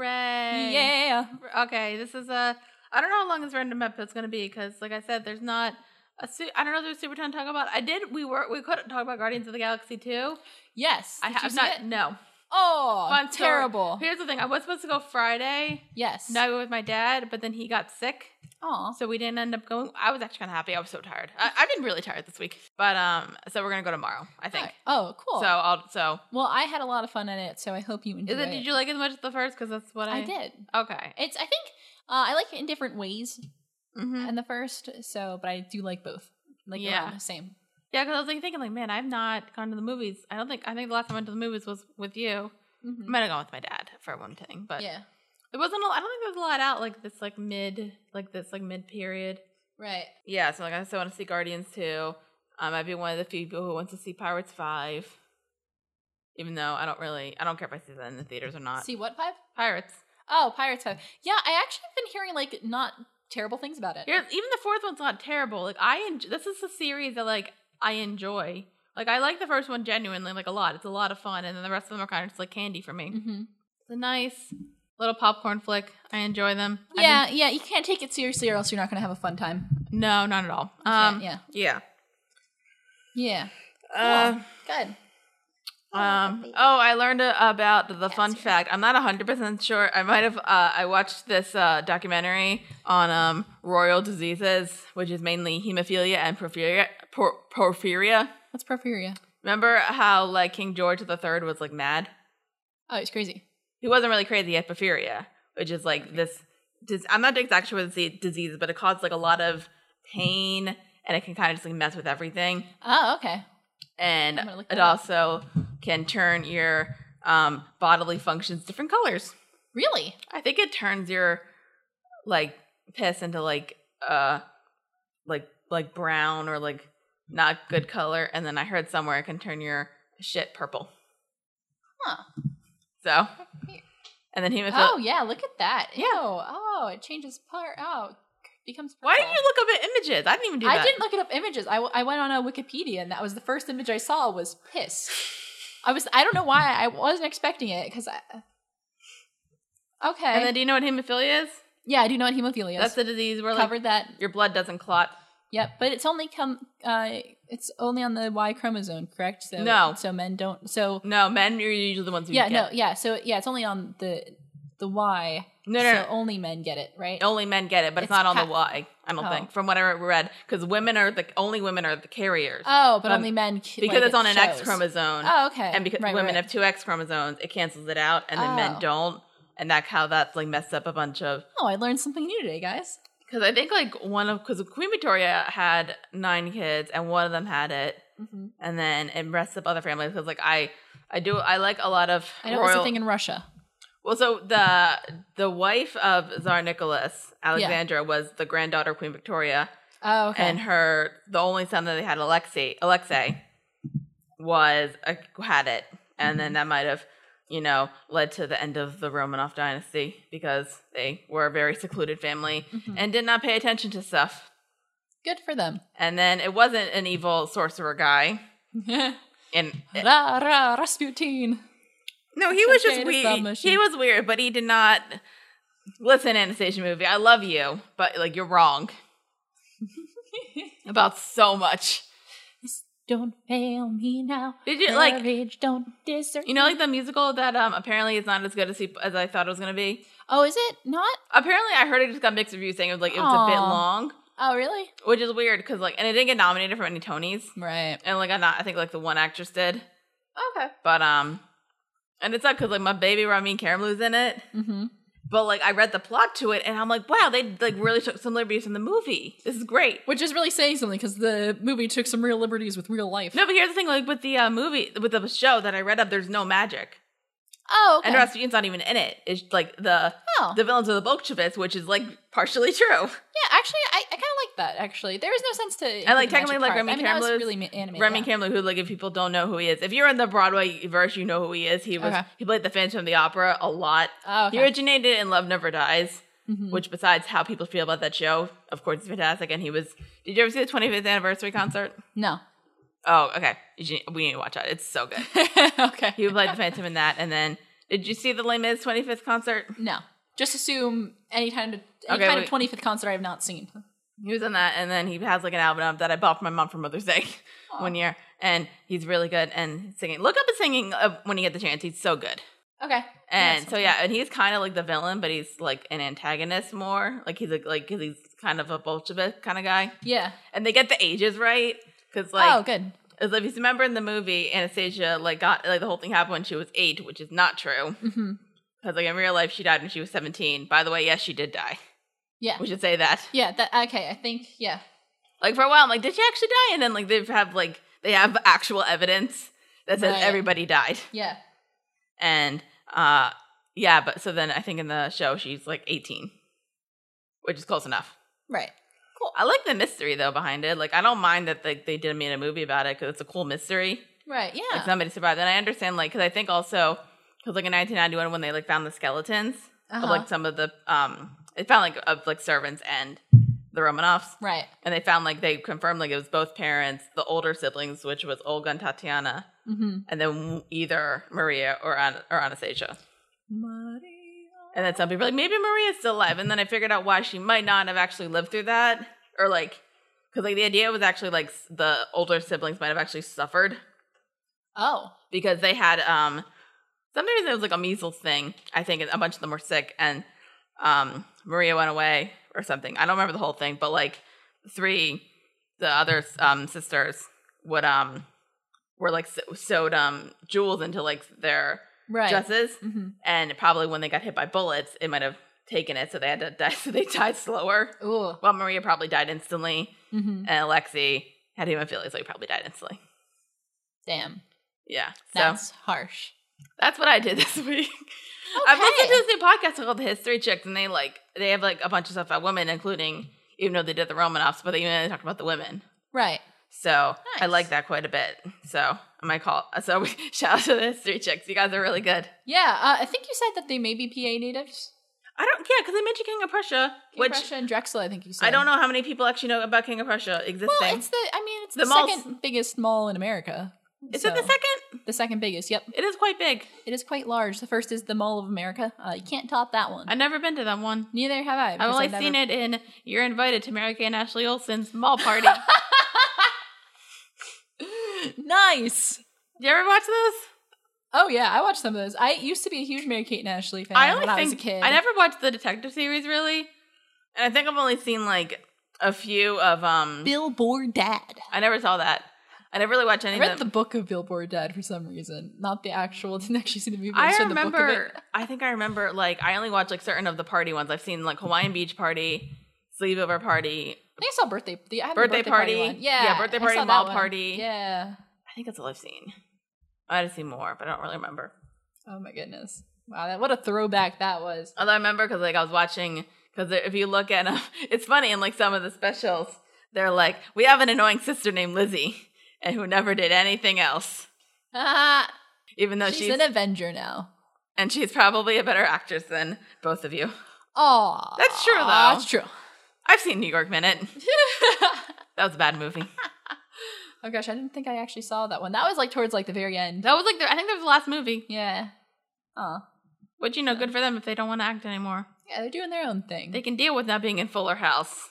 Hooray! Yeah. Okay, this is a. I don't know how long this random episode's going to be because, like I said, there's not a. Su- I don't know if there's super ton to talk about. I did. We were. We could talk about Guardians of the Galaxy too. Yes. I Did you have see not. it? No. Oh, Fun story. terrible. Here's the thing. I was supposed to go Friday Yes. night with my dad, but then he got sick, Aw. so we didn't end up going. I was actually kind of happy. I was so tired. I, I've been really tired this week, but um, so we're gonna go tomorrow. I think. Oh, cool. So I'll. So well, I had a lot of fun at it, so I hope you enjoyed is it. it, did you like it as much as the first? Because that's what I, I did. Okay. It's. I think uh, I like it in different ways Mm-hmm. than the first. So, but I do like both. Like Yeah. around the same. Yeah, because I was like thinking, like, man, I've not gone to the movies. I don't think. I think the last time I went to the movies was with you. I Mhm. might have gone with my dad for one thing, Mm, but Yeah. it wasn't. A, I don't think there was a lot out like this, like mid, like this, like mid period. Right. Yeah, so like I still want to see Guardians too. Um, I'd be one of the few people who wants to see Pirates Five, even though I don't really, I don't care if I see that in the theaters or not. See what pipe? Pirates. Oh, Pirates Five. Yeah, I actually have been hearing like not terrible things about it. Here, even the fourth one's not terrible. Like I, en- this is a series that like I enjoy. Like I like the first one genuinely, like a lot. It's a lot of fun, and then the rest of them are kind of just like candy for me. hmm It's a nice little popcorn flick. I enjoy them. I Yeah, yeah. You can't take it seriously, or else you're not going to have a fun time. mean, no, not at all. You Um, can't, yeah, yeah. yeah. Uh, Good. um, oh, I learned uh, about the fun Answer. fact. I'm not 100% sure. I might have, uh, I watched this uh, documentary on um, royal diseases, which is mainly hemophilia and porphyria. Por- porphyria. What's porphyria? Remember how, like, King George III was, like, mad? Oh, it's crazy. he wasn't really crazy. He had porphyria, which is like this. Dis- I'm not exactly sure what the disease is, but it caused like a lot of pain, and it can kind of just like mess with everything, Oh, okay. and I'm gonna look it that up. also can turn your um, bodily functions different colors. Really? I think it turns your like piss into like uh like like brown or like not good color, and then I heard somewhere it can turn your shit purple. Huh. So, Weird. and then hemophil- Oh, yeah. Look at that. Yeah. Yeah. Oh, it changes part. Oh, becomes. Purple. Why did you look up at images? I didn't even do that. I didn't look it up images. I, w- I went on a Wikipedia, and that was the first image I saw was piss. I was. I don't know why I wasn't expecting it because I. Okay. And then, do you know what hemophilia is? yeah, I do know what hemophilia That's is. the disease where like Covered that. your blood doesn't clot. Yep, but it's only come. Uh, it's only on the Y chromosome, correct? So, No. Mm-hmm. So men don't. So No, men are usually the ones who yeah, get. no, yeah. So yeah, it's only on the the Y. No, no, so no. only men get it, right? Only men get it, but it's, It's not on ca- the Y. I don't Oh. think, from what I read, because women are the only women are the carriers Oh, but Um, only men c- because like, it's it on an X shows. chromosome, Oh, okay. and because Right, women right. have two X chromosomes, it cancels it out, and then men Oh. don't, and that's how that's like messed up a bunch of. Oh, I learned something new today, guys. Because I think like one of because Queen Victoria had nine kids, and one of them had it. Mm-hmm. and then and rest of other families because like I I do I like a lot of I know it's royal. a thing in Russia. well, so the the wife of Tsar Nicholas Alexandra was the granddaughter of Queen Victoria, Oh, okay. and her the only son that they had Alexei Alexei was uh, had it, and then that might have you know led to the end of the Romanov dynasty because they were a very secluded family Mhm. and did not pay attention to stuff. Good for them. And then it wasn't an evil sorcerer guy, and ra ra Rasputin. No, he was Okay, just it is Bob weird. Moshe. He was weird, but he did not listen. Anastasia movie, I love you, but like you're wrong about so much. Don't fail me now. Did you like Courage don't desert. you know like the musical that um apparently is not as good as he, as I thought it was gonna be. Oh, is it not? Apparently, I heard it just got mixed reviews saying it was like it was a bit Aw. long, Oh, really? which is weird because like and it didn't get nominated for any Tonys, Right. and like I not I think like the one actress did, Okay. but um, and it's not because like my baby Ramin Karimlou's in it. Mm-hmm. But like I read the plot to it and I'm like, wow, they like really took some liberties from the movie. This is great. Which is really saying something because the movie took some real liberties with real life. No, but here's the thing, like with the uh, movie with the show that I read up, there's no magic. Oh, okay. And Rasputin's not even in it. It's like the oh. the villains are the Bolsheviks, which is like partially true. yeah, actually, I, I kind of like that, actually. There is no sense to. And, like, include the technically, magic like, part. Remy I mean, that was Karamblow's- really ma- animated. Remy yeah. Kamloo, who like if people don't know who he is. If you're in the Broadway verse, you know who he is. He was Okay. he played the Phantom of the Opera a lot. Oh, He okay. originated in Love Never Dies, Mhm. which besides how people feel about that show, of course it's fantastic. And he was did you ever see the twenty fifth anniversary concert? No. Oh, okay. You should- We need to watch that. It's so good. okay. He would play the Phantom in that, and then Did you see the Les Mis 25th concert? No. Just assume any kind of any Okay, kind wait. of 25th concert I have not seen. He was in that, and then he has like an album that I bought for my mom for Mother's Day one year, and he's really good and singing. Look up his singing uh, when you get the chance. He's so good. Okay. And Yes. so yeah, and he's kind of like the villain, but he's like an antagonist more. Like he's a, like 'cause he's kind of a Bolshevik kind of guy. Yeah. And they get the ages right because like oh, good. As if you remember in the movie, Anastasia like got like the whole thing happened when she was eight, which is not true. hmm Because like in real life, she died when she was seventeen. By the way, yes, she did die. Yeah. We should say that. Yeah. That okay. I think. Yeah. Like for a while, I'm like, did she actually die? And then like they have like they have actual evidence that says Right. everybody died. Yeah. And uh yeah, but so then I think in the show she's like eighteen, which is close enough. Right. I like the mystery though behind it. Like I don't mind that like they did made a movie about it because it's a cool mystery. Right. Yeah. like somebody survived. And I understand, like, because I think also, because like in 1991 when they like found the skeletons Uh-huh. of like some of the um, it found like of like servants and the Romanovs, right. and they found like they confirmed like it was both parents, the older siblings, which was Olga and Tatiana, Mm-hmm. and then either Maria or An- or Anastasia. And then some people were like maybe Maria's still alive, and then I figured out why she might not have actually lived through that, or like. Because like the idea was actually like s- the older siblings might have actually suffered Oh. because they had um sometimes it was like a measles thing i think and a bunch of them were sick and um maria went away or something i don't remember the whole thing but like three the other um sisters would um were like s- sewed um jewels into like their Right. dresses hmm and probably when they got hit by bullets it might have taken it so they had to die so they died slower Ooh. well maria probably died instantly hmm and alexi had hemophilia so he probably died instantly Damn. yeah so That's harsh. That's what I did this week. I've listened to Okay. this new podcast called The History Chicks, and they like they have like a bunch of stuff about women, including even though they did the Romanoffs, but they even talked about the women. Right. So I Nice. like that quite a bit. So I might call. So shout out to the History Chicks. You guys are really good. Yeah. Uh, I think you said that they may be PA natives. I don't yeah, because they mentioned King of Prussia, King which Prussia and Drexel. I think you said. I don't know how many people actually know about King of Prussia existing. Well, it's the. I mean, it's The the, mall's- second biggest mall in America. Is it So, the second? The second biggest. Yep. It is quite big. It is quite large. The first is the Mall of America. Uh, you can't top that one. I've never been to that one. Neither have I. I've because only never- seen it in "You're Invited to Mary Kay and Ashley Olsen's Mall Party." Nice. Did you ever watch this? Oh yeah, I watched some of those. I used to be a huge Mary Kate and Ashley fan I only when think I was a kid. I never watched the detective series really, and I think I've only seen like a few of um. Billboard Dad. I never saw that. I never really watched I any read of the them. book of Billboard Dad for some reason, not the actual. Didn't actually see the movie. I just read the book of remember. it. I think I remember. Like I only watched like certain of the party ones. I've seen like Hawaiian Beach Party, sleepover party. I think I saw birthday. The, I had the Birthday birthday, party. Party. one. Yeah, Yeah, Birthday I Party, saw that Mall one. Party. Yeah. I think that's all I've seen. I had to see more, but I don't really remember. Oh my goodness. Wow, that, what a throwback that was. Although I remember because like I was watching because if you look at them, it's funny in like some of the specials, they're like, we have an annoying sister named Lizzie and who never did anything else, Ah, even though she's, she's an Avenger now. and she's probably a better actress than both of you. Oh, That's true, though. That's true. I've seen New York Minute. That was a bad movie. oh gosh, I didn't think I actually saw that one. That was like towards like the very end. That was like the, I think that was the last movie. Yeah. Oh. But you know, good for them if they don't want to act anymore. Yeah, they're doing their own thing. They can deal with not being in Fuller House.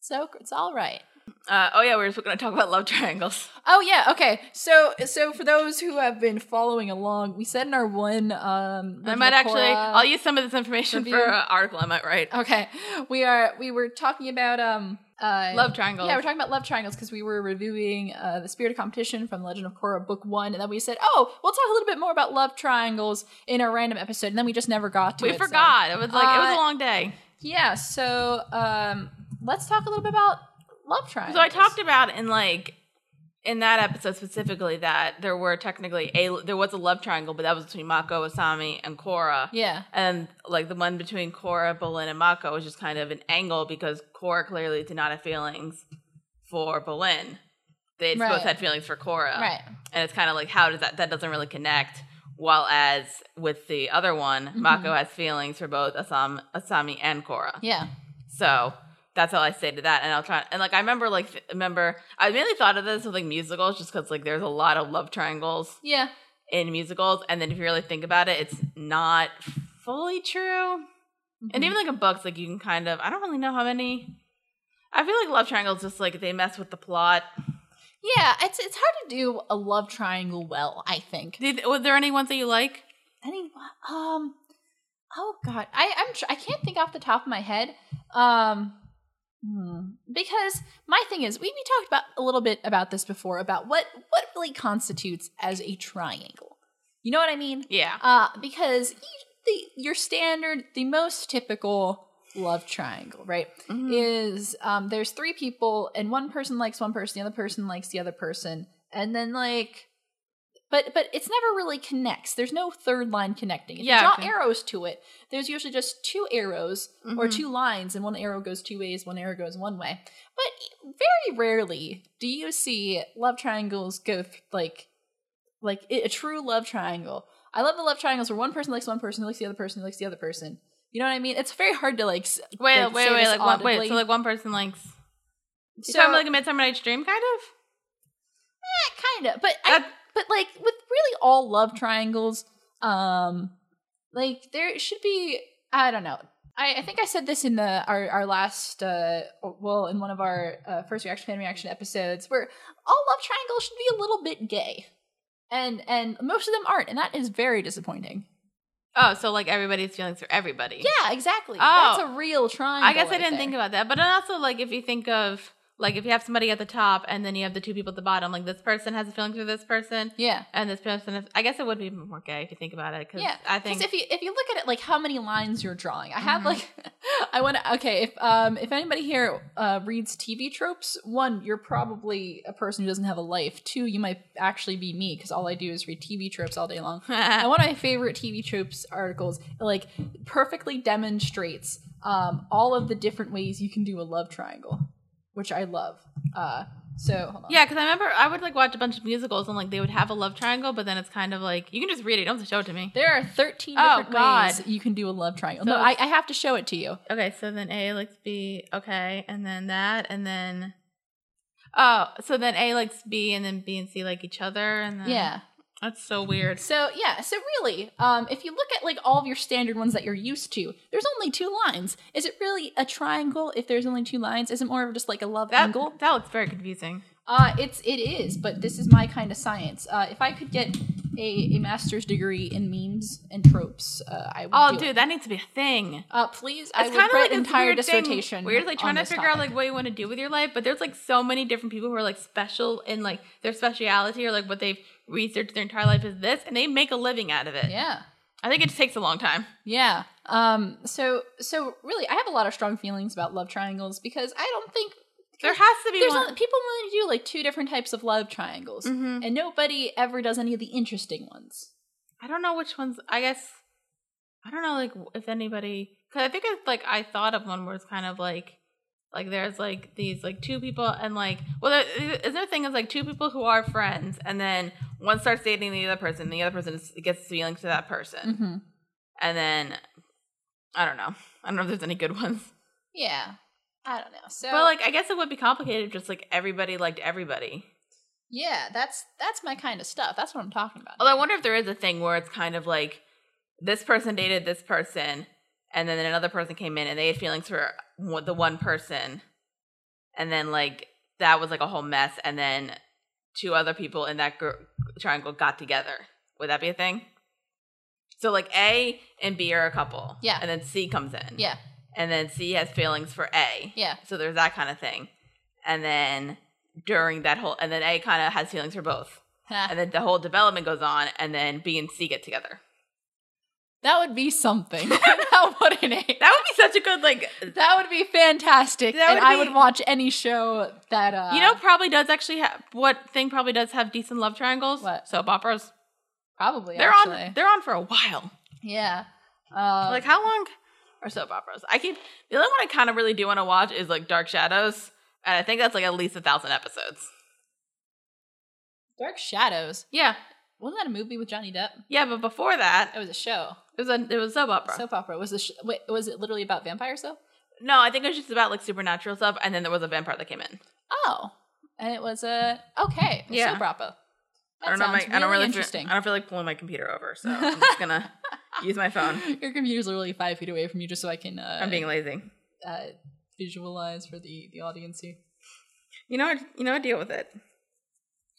so it's all right. Uh, oh yeah, we we're going to talk about love triangles. Oh yeah, okay. So so for those who have been following along, we said in our one um I might actually, Cora- I'll e use some of this information review. for an article I might write. Okay. We are we were talking about um uh Love triangles. Yeah, we're talking about love triangles because we were reviewing uh, the Spirit of Competition from Legend of Korra, Book One, and then we said, "Oh, we'll talk a little bit more about love triangles in a random episode." And then we just never got to we it. so- forgot. It was like it was a Uh, long day. Yeah. So um, let's talk a little bit about love triangles. So I talked about in like in that episode specifically that there were technically a there was a love triangle, but that was between Mako, Asami, and Korra. Yeah. And like the one between Korra, Bolin, and Mako was just kind of an angle because Korra clearly did not have feelings for Bolin. They Right. both had feelings for Korra. Right. And it's kind of like how does that that doesn't really connect. While as with the other one, Mhm. Mako has feelings for both Asam, Asami and Korra. Yeah. So that's all I say to that. And I'll try and like I remember like th- remember I mainly thought of this with like musicals just because like there's a lot of love triangles Yeah. in musicals. And then if you really think about it, it's not fully true. And Mm-hmm. even like in books, like you can kind of I don't really know how many. I feel like love triangles just like they mess with the plot. yeah, it's it's hard to do a love triangle well. I think. Did, was there any ones that you like? any um oh god i i'm tr- i can't think off the top of my head um hmm. because my thing is we, we talked about a little bit about this before about what what really constitutes as a triangle you know what i mean Yeah. uh because you, the your standard the most typical love triangle right Mhm. is um, there's three people and one person likes one person the other person likes the other person and then like but but it's never really connects there's no third line connecting if Yeah, you draw okay. arrows to it there's usually just two arrows or Mhm. two lines and one arrow goes two ways one arrow goes one way but very rarely do you see love triangles go th- like like i- a true love triangle i love the love triangles where one person likes one person who likes the other person who likes the other person you know what i mean it's very hard to like s- Wait, like, wait, say wait, this like one, wait. audibly. So like one person likes. You So- talking about like a Midsummer Night's Dream, kind of. Eh, kind of, but I, That- but like with really all love triangles, um, like there should be. I don't know. I, I think I said this in the our our last uh well in one of our uh, first reaction fan reaction episodes where all love triangles should be a little bit gay, and and most of them aren't, and that is very disappointing. Oh, so like everybody's feelings for everybody. Yeah, exactly. Oh. That's a real triangle. I guess I right didn't there. think about that. But also, like, if you think of, like, if you have somebody at the top and then you have the two people at the bottom, like, this person has a feeling for this person Yeah. and this person, has, I guess it would be more gay if you think about it. Cause Yeah, I Because think. if you if you look at it like how many lines you're drawing, I have Mhm. like I want to okay if um if anybody here uh, reads TV tropes, one you're probably a person who doesn't have a life. Two, you might actually be me because all I do is read TV tropes all day long. And one of my favorite TV tropes articles like perfectly demonstrates um all of the different ways you can do a love triangle, which I love. Uh, so hold on. yeah, because I remember I would, like, watch a bunch of musicals and, like, they would have a love triangle, but then it's kind of like, you can just read it. Don't have to show it to me. There are 13 Oh, different God. ways you can do a love triangle. So- no, I, I have to show it to you. Okay, so then A likes B. Okay, and then that, and then. Oh, so then A likes B, and then B and C like each other, and then Yeah. that's so weird. So yeah, so really, um, if you look at like all of your standard ones that you're used to, there's only two lines. Is it really a triangle if there's only two lines? Is it more of just like a love That angle? that looks very confusing. Uh, it's it is, but this is my kind of science. Uh, if I could get a, a master's degree in memes and tropes, uh, I would. Oh, do it. dude, that needs to be a thing. Uh, please, I It's would kind of write like an this entire weird dissertation. Thing where you're like trying on to this figure out topic. like what you want to do with your life, but there's like so many different people who are like special in like their speciality or like what they've researched their entire life is this, and they make a living out of it. yeah. I think it just takes a long time. Yeah. Um. So so really, I have a lot of strong feelings about love triangles because I don't think There has to be there's one. only, people only do like two different types of love triangles, Mhm. and nobody ever does any of the interesting ones. I don't know which ones. I guess I don't know like if anybody because I think it's like I thought of one where it's kind of like like there's like these like two people and like well there, is there a thing is like two people who are friends and then one starts dating the other person the other person is, gets feelings to that person Mm-hmm. and then I don't know I don't know if there's any good ones Yeah. I don't know. So but like I guess it would be complicated if just like everybody liked everybody yeah, that's that's my kind of stuff. That's what I'm talking about. Although I wonder if there is a thing where it's kind of like this person dated this person, and then another person came in and they had feelings for one- the one person, and then like that was like a whole mess, and then two other people in that gr- triangle got together. Would that be a thing? So like A and B are a couple, Yeah. and then C comes in, yeah, and then C has feelings for A, yeah, so there's that kind of thing, and then during that whole, and then A kind of has feelings for both Ha. and then the whole development goes on, and then B and C get together. that would be something. that wouldn't it? That would be such a good like. That would be fantastic, That and would I be- would watch any show that uh, You know, probably does actually have what thing probably does have decent love triangles. What? soap operas? probably They're actually. on. They're on for a while. yeah. Um, like how long are soap operas? I keep the only one I kind of really do want to watch is like Dark Shadows, and I think that's like at least a thousand episodes. Dark Shadows. Yeah, Wasn't that a movie with Johnny Depp? yeah, but before that, It was a show. it was a it was soap opera. Soap opera. Was the sh- wait, was it literally about vampires though? no, I think it was just about like supernatural stuff, and then there was a vampire that came in. Oh, and it was a okay. a Yeah. Soap opera. I don't know. My, sounds I don't really really. interesting. Feel, I don't feel like pulling my computer over, so I'm just gonna use my phone. Your computer's literally five feet away from you, just so I can uh, I'm being lazy. uh, visualize for the the audience here. You know. what- You know. what? Deal with it.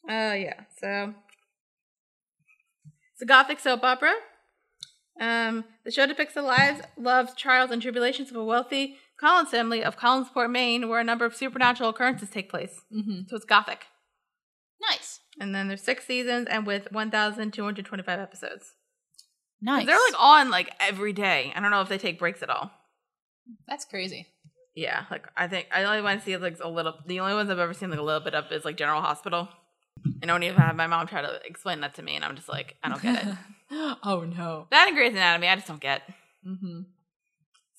Uh, yeah. So it's a gothic soap opera. Um, the show depicts the lives, loves, trials, and tribulations of a wealthy Collins family of Collinsport, Maine, where a number of supernatural occurrences take place. hmm So it's gothic. Nice, And then there's six seasons and with 1,225 episodes. nice. They're like on like every day. I don't know if they take breaks at all. That's crazy. Yeah, like I think I only want to see like a little. The only ones I've ever seen like a little bit of is like General Hospital. And I don't even have my mom try to explain that to me, and I'm just like, I don't get it. oh no. that and Grey's Anatomy, I just don't get. hmm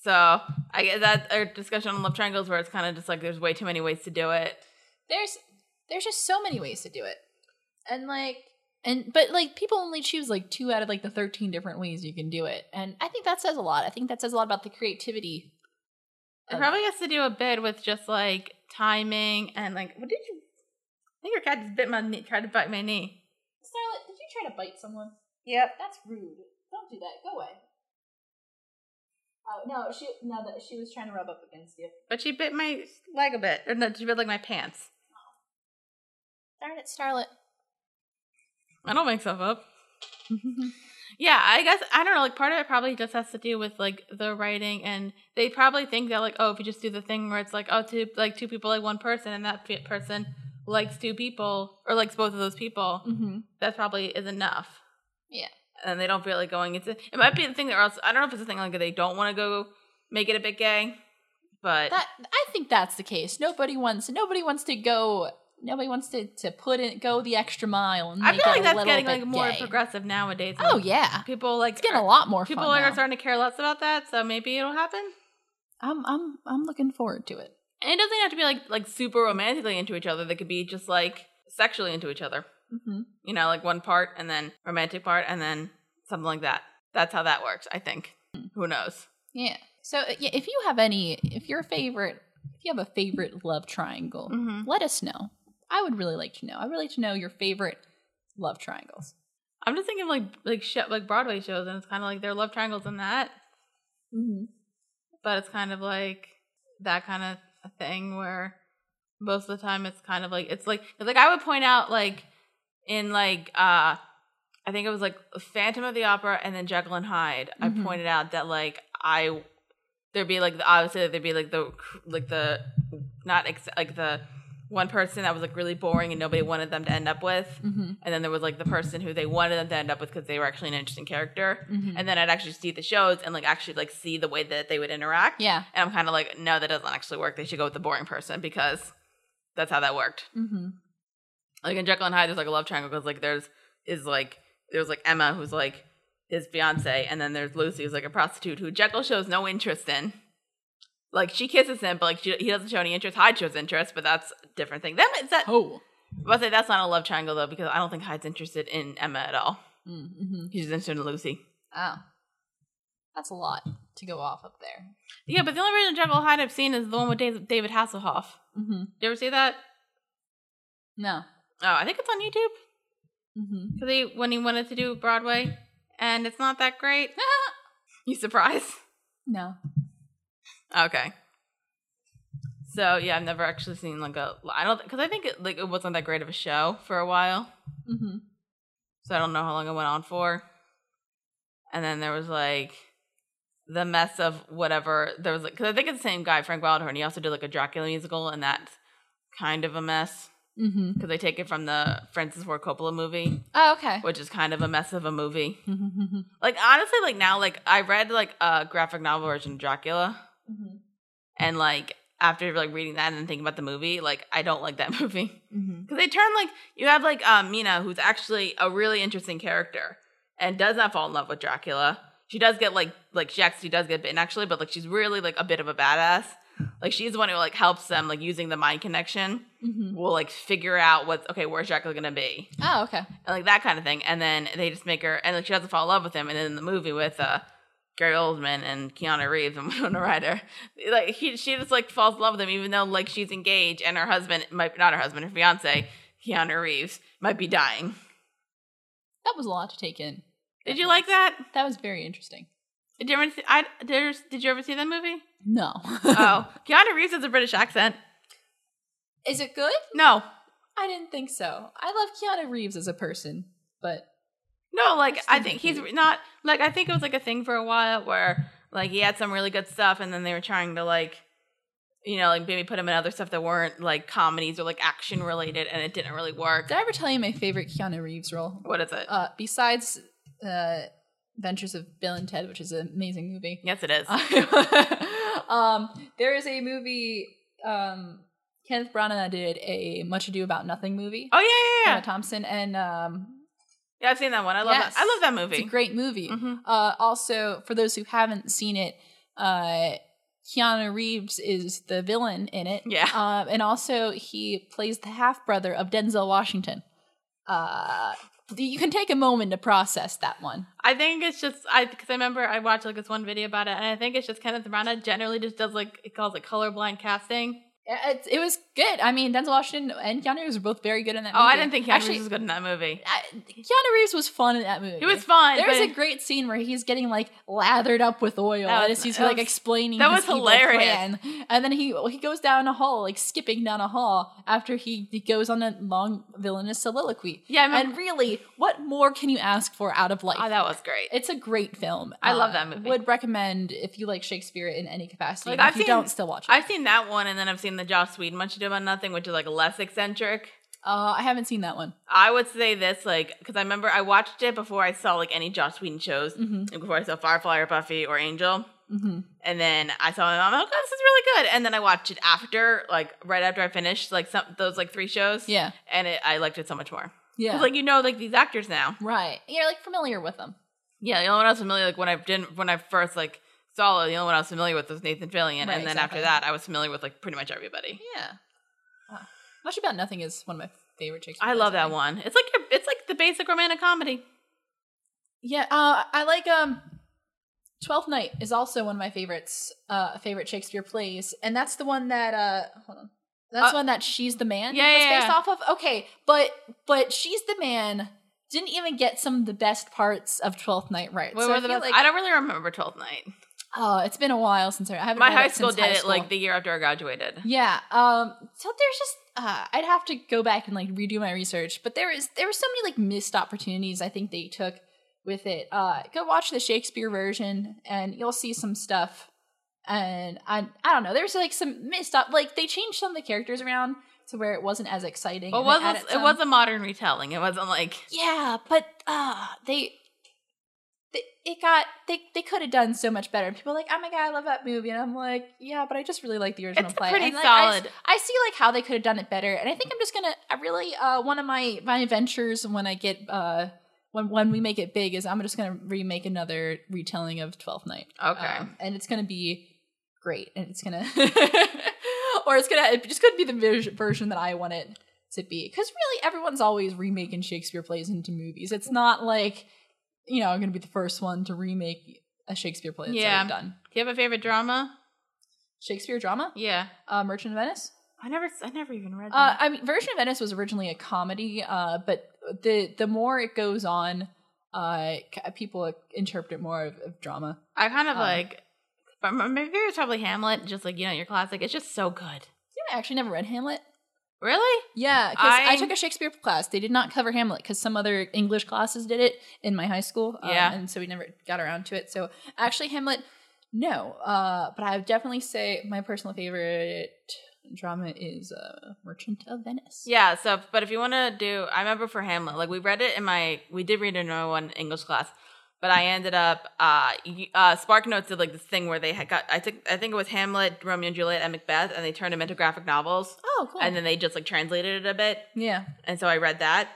So I get that our discussion on love triangles where it's kind of just like there's way too many ways to do it. There's there's just so many ways to do it, and like and but like people only choose like two out of like the thirteen different ways you can do it, and I think that says a lot. I think that says a lot about the creativity. It of- probably has to do a bit with just like timing and like what did you? I think your cat just bit my knee, tried to bite my knee. Scarlett, did you try to bite someone? Yep. That's rude. Don't do that. Go away. Oh no, she no that she was trying to rub up against you. But she bit my leg a bit. Or no, she bit like my pants. Darn it, Starlet. I don't make stuff up. Mm-hmm. Yeah, I guess I don't know, like part of it probably just has to do with like the writing and they probably think that like, oh, if you just do the thing where it's like, oh, two like two people like one person and that pe- person likes two people or likes both of those people, mm-hmm. that probably is enough. Yeah. And they don't feel like going into it might be the thing that else I don't know if it's a thing like they don't want to go make it a bit gay. But That I think that's the case. Nobody wants nobody wants to go. Nobody wants to to put in go the extra mile. And I make feel it like a that's little getting bit like more gay. progressive nowadays. Oh yeah, people like it's getting are- a lot more people fun. like now. are starting to care less about that so maybe it'll happen I'm I'm I'm looking forward to it. and it doesn't have to be like like super romantically into each other they could be just like sexually into each other Mm-hmm. you know like one part and then romantic part and then something like that that's how that works i think who knows Yeah. So uh, yeah, if you have any, if your favorite, if you have a favorite love triangle, mm-hmm. let us know. I would really like to know. I would like to know your favorite love triangles. i'm just thinking of like like sh- like broadway shows and it's kind of like their love triangles and that Mm-hmm. but it's kind of like that kind of thing where most of the time it's kind of like it's like it's like I would point out like in like uh I think it was like Phantom of the Opera and then Jekyll and Hyde. Mhm. I pointed out that like I there'd be like the, obviously there'd be like the like the not ex- like the one person that was like really boring and nobody wanted them to end up with, Mm-hmm. and then there was like the person who they wanted them to end up with because they were actually an interesting character Mm-hmm. and then I'd actually see the shows and like actually like see the way that they would interact. yeah. And I'm kind of like, no, that doesn't actually work. They should go with the boring person because that's how that worked. Mm-hmm. Like in Jekyll and Hyde, there's like a love triangle because like there's is like there's like Emma who's like his fiance, and then there's Lucy who's like a prostitute who Jekyll shows no interest in. Like she kisses him, but like she, he doesn't show any interest. Hyde shows interest, but that's a different thing. That, that Oh. but that's not a love triangle though because I don't think Hyde's interested in Emma at all. Mm-hmm. He's interested in Lucy. Oh. That's a lot to go off up there. Yeah, but the only version of Jekyll and Hyde I've seen is the one with Dave- David Hasselhoff. Mm-hmm. You ever see that? No. Oh, I think it's on YouTube Mm-hmm. because he when he wanted to do Broadway, and it's not that great. you surprised? no. Okay. So yeah, I've never actually seen like a I don't because I think it, like it wasn't that great of a show for a while, Mm-hmm. so I don't know how long it went on for. And then there was like the mess of whatever there was because I think it's the same guy Frank Wildhorn. He also did like a Dracula musical, and that's kind of a mess Mm-hmm. because they take it from the Francis Ford Coppola movie, Oh, okay. which is kind of a mess of a movie. Mm-hmm. Like honestly, like now, like I read like a graphic novel version of Dracula, Mm-hmm. and like after like reading that and then thinking about the movie, like I don't like that movie Mm-hmm. because they turn like you have like um, Mina, who's actually a really interesting character and does not fall in love with Dracula. She does get like like she actually does get bitten actually, but like she's really like a bit of a badass. Like she's the one who like helps them like using the mind connection Mm-hmm. will like figure out what's okay. Where's Dracula gonna be? Oh, okay. and like that kind of thing. And then they just make her, and like she doesn't fall in love with him. And then in the movie with uh, Gary Oldman and Keanu Reeves and Winona Ryder, like he, she just like falls in love with him, even though like she's engaged and her husband might not her husband, her fiance Keanu Reeves might be dying. that was a lot to take in. Did you like that? That was very interesting. Did you ever see, I, there's, did you ever see that movie? No. Oh, Keanu Reeves has a British accent. Is it good? No, I didn't think so. I love Keanu Reeves as a person, but no, like That's I so think he's cute. not like I think it was like a thing for a while where like he had some really good stuff, and then they were trying to like, you know, like maybe put him in other stuff that weren't like comedies or like action related, and it didn't really work. did I ever tell you my favorite Keanu Reeves role? What is it? Oh, Uh, besides uh, Adventures of Bill and Ted, which is an amazing movie. yes, it is. Uh, um, there is a movie. Um, Kenneth Branagh did a Much Ado About Nothing movie. oh yeah, yeah, Emma yeah. Thompson, and um, Yeah, I've seen that one. I love Yes. that. I love that it's a movie. great movie. Mhm. Uh, also, for those who haven't seen it, uh, Keanu Reeves is the villain in it. Yeah. Um, and also, he plays the half brother of Denzel Washington. Uh, you can take a moment to process that one. I think it's just I because I remember I watched like this one video about it, and I think it's just Kenneth Branagh generally just does like it calls it colorblind casting. Uh, It, it was good. I mean, Denzel Washington and Keanu Reeves were both very good in that Oh, movie. I didn't think Keanu Actually, Reeves was good in that movie. I, Keanu Reeves was fun in that movie. It was fun. There's but- a great scene where he's getting like lathered up with oil, That and was- it's he's that like was- explaining that his was evil hilarious. plan. And then he he goes down a hall, like skipping down a hall after he, he goes on a long villainous soliloquy. yeah, I remember, And really, what more can you ask for out of life? oh, that was great. it's a great film. Uh, I love that movie. Would recommend if you like Shakespeare in any capacity. Like, and if I've you seen- don't, still watch it. I've seen that one, and then I've seen the Joss Whedon Much Ado About Nothing, which is like less eccentric. uh, I haven't seen that one. I would say this, like, because I remember I watched it before I saw like any Joss Whedon shows, Mm-hmm. like, before I saw Firefly or Buffy or Angel, Mm-hmm. and then I saw my mom. Oh, God, this is really good. And then I watched it after, like, right after I finished like some those like three shows, Yeah. and it, I liked it so much more. 'Cause, Yeah. like you know, like these actors now. right. You're like familiar with them. Yeah, the only one I was familiar like when I didn't when I first like saw it, the only one I was familiar with was Nathan Fillion, Right, and then exactly. after that, I was familiar with like pretty much everybody. Yeah. Wow. Much About Nothing is one of my favorite Shakespeare. I love plays, that think. one. It's like your, it's like the basic romantic comedy. Yeah, uh, I like um Twelfth Night is also one of my favorites, uh favorite Shakespeare plays. And that's the one that uh hold on. That's Uh, the one that She's the Man yeah, was yeah, based yeah. off of. Okay, but but She's the Man didn't even get some of the best parts of Twelfth Night right. What so were I the feel best- like I don't really remember Twelfth Night. oh, it's been a while since I, I haven't My read high it school since did high it school. like the year after I graduated. Yeah. Um. So there's just uh, I'd have to go back and like redo my research, but there is there were so many like missed opportunities I think they took with it. Uh, go watch the Shakespeare version, and you'll see some stuff. And I I don't know. There's like some missed up like they changed some of the characters around to where it wasn't as exciting. Well, it and they was added it some- was a modern retelling. It wasn't like yeah, but uh they. they- It got they they could have done so much better. People are like, oh my god, I love that movie, and I'm like, yeah, but I just really like the original it's play. pretty And, like, I solid. I see like how they could have done it better, and I think I'm just gonna. I really uh, one of my my adventures when I get uh when when we make it big is I'm just gonna remake another retelling of Twelfth Night. okay, Um, and it's gonna be great, and it's gonna or it's gonna it just gonna be the vis- version that I want it to be. Because really, everyone's always remaking Shakespeare plays into movies. It's not like you know I'm gonna be the first one to remake a Shakespeare play that's Yeah. already done. do you have a favorite drama? Shakespeare drama, Yeah, uh, Merchant of Venice. I never I never even read. Uh, that. I mean, Version of Venice was originally a comedy, uh, but the the more it goes on, uh, c- people interpret it more of, of drama. I kind of um, like. But my my favorite's probably Hamlet. Just like you know your classic. It's just so good. Yeah, I actually never read Hamlet. Really? Yeah, because I, I- took a Shakespeare class. They did not cover Hamlet because some other English classes did it in my high school. um, Yeah. and so we never got around to it. So actually, Hamlet, no. Uh, but I would definitely say my personal favorite drama is uh, Merchant of Venice. Yeah, so but if you want to do, I remember for Hamlet, like we read it in my, we did read it in my one English class, but I ended up, uh, y- uh Spark Notes did like this thing where they had got, I think, I think it was Hamlet, Romeo and Juliet, and Macbeth, and they turned them into graphic novels, Oh, cool. and then they just like translated it a bit, yeah. and so I read that,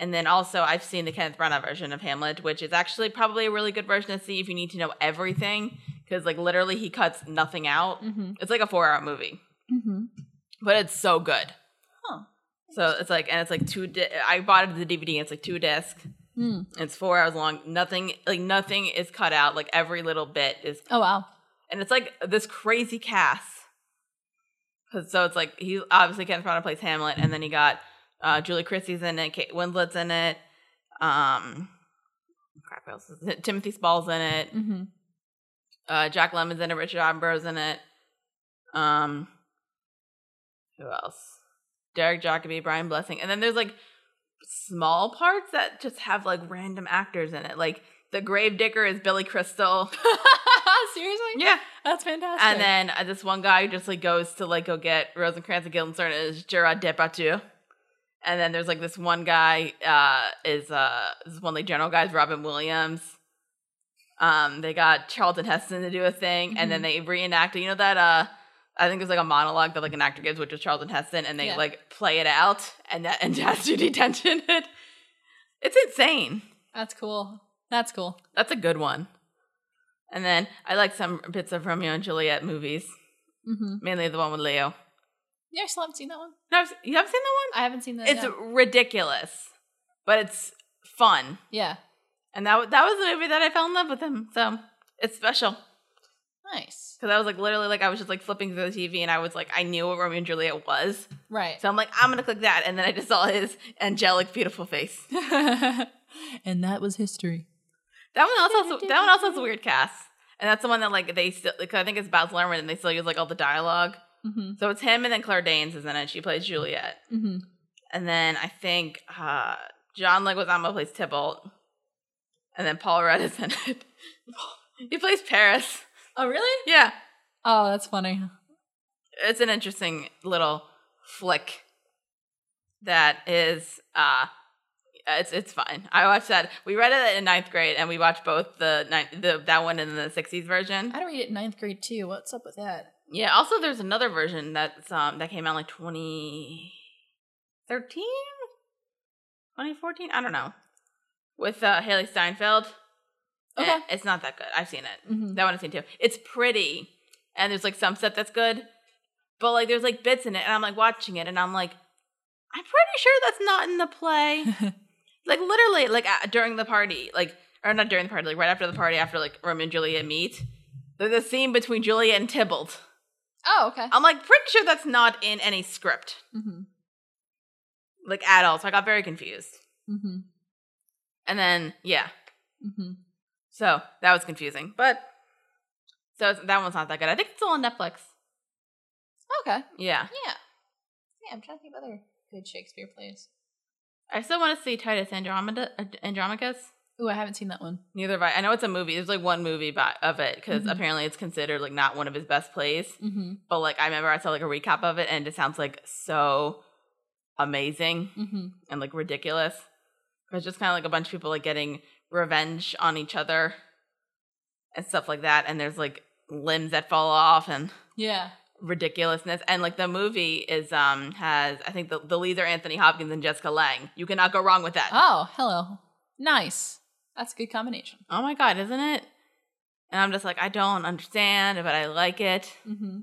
and then also I've seen the Kenneth Branagh version of Hamlet, which is actually probably a really good version to see if you need to know everything, because like literally he cuts nothing out. Mm-hmm. It's like a four-hour movie Mm-hmm. but it's so good. Huh. So it's like, and it's like two. Di- I bought it the DVD. And it's like two disc. Mm. It's four hours long. Nothing, like nothing is cut out. Like every little bit is, Oh wow. and it's like this crazy cast. 'Cause- so it's like he obviously Kenneth Branagh plays Hamlet, and then he got uh, Julie Christie's in it, Kate Winslet's in it. Um, crap who else is it? Timothy Spall's in it. Mm-hmm. Uh, Jack Lemon's in it. Richard Attenborough's in it. Um, who else? Derek Jacobi, Brian Blessing, and then there's like small parts that just have like random actors in it. Like the Grave Digger is Billy Crystal. Seriously? yeah, That's fantastic. and then uh, this one guy who just like goes to like go get Rosencrantz and Guildenstern is Gerard Depardieu. And then there's like this one guy uh is uh this one like general guy is Robin Williams. Um they got Charlton Heston to do a thing and then they reenact it. you know that uh I think it was like a monologue that like an actor gives which is Charlton Heston and they Yeah. like play it out and that and has to detention it. It's insane. That's cool. That's cool. That's a good one. And then I like some bits of Romeo and Juliet movies. Mm-hmm. Mainly the one with Leo. Yeah, I still haven't seen that one. No, I've- you haven't seen that I haven't seen that. one? It's yeah. ridiculous, but it's fun. yeah. And that wa- that was the movie that I fell in love with him. So it's special Nice. because I was like literally like I was just like flipping through the TV and I was like I knew what Romeo and Juliet was. Right. So I'm like I'm gonna click that, and then I just saw his angelic, beautiful face. and that was history. That one also has, that one also has a weird cast, and that's the one that like they still like, I think it's Baz Luhrmann and they still use like all the dialogue. Mm-hmm. So it's him and then Claire Danes is in it. She plays Juliet. Mm-hmm. And then I think uh, John Leguizamo plays Tybalt. And then Paul Rudd is in it. he plays Paris. Oh, really? Yeah, Oh, that's funny. it's an interesting little flick that is uh it's it's fine. I watched that. We read it in ninth grade, and we watched both the ninth, the that one and the '60s version. I had to read it in ninth grade too. What's up with that? Yeah. Also, there's another version that's um that came out like 2013, 2014. I don't know. With uh, Haley Steinfeld. Okay. Eh, it's not that good. I've seen it. Mm-hmm. That one I've seen too. It's pretty, and there's like some stuff that's good, but like there's like bits in it, and I'm like watching it, and I'm like, I'm pretty sure that's not in the play. like literally, like at, during the party, like or not during the party, like right after the party, after like Romeo and Juliet meet, there's a scene between Juliet and Tybalt. Oh, okay. I'm like pretty sure that's not in any script, Mm-hmm. like at all. So I got very confused. Mm-hmm. And then yeah, Mm-hmm. so that was confusing. But so it's- that one's not that good. I think it's all on Netflix. Okay. Yeah, Yeah. Yeah, I'm trying to think of other good Shakespeare plays. I still want to see Titus Andromeda uh, Andromachus. Ooh, I haven't seen that one. Neither have I. I know it's a movie. There's like one movie by, of it because Mhm. apparently it's considered like not one of his best plays. Mm-hmm. But like I remember I saw like a recap of it and it sounds like so amazing. Mm-hmm. and like ridiculous. It's just kind of like a bunch of people like getting revenge on each other and stuff like that. And there's like limbs that fall off and Yeah. ridiculousness. And like the movie is um has I think the, the leads are Anthony Hopkins and Jessica Lange. You cannot go wrong with that. Oh, hello. Nice. That's a good combination. Oh my god, isn't it? And I'm just like I don't understand, but I like it. Mm-hmm.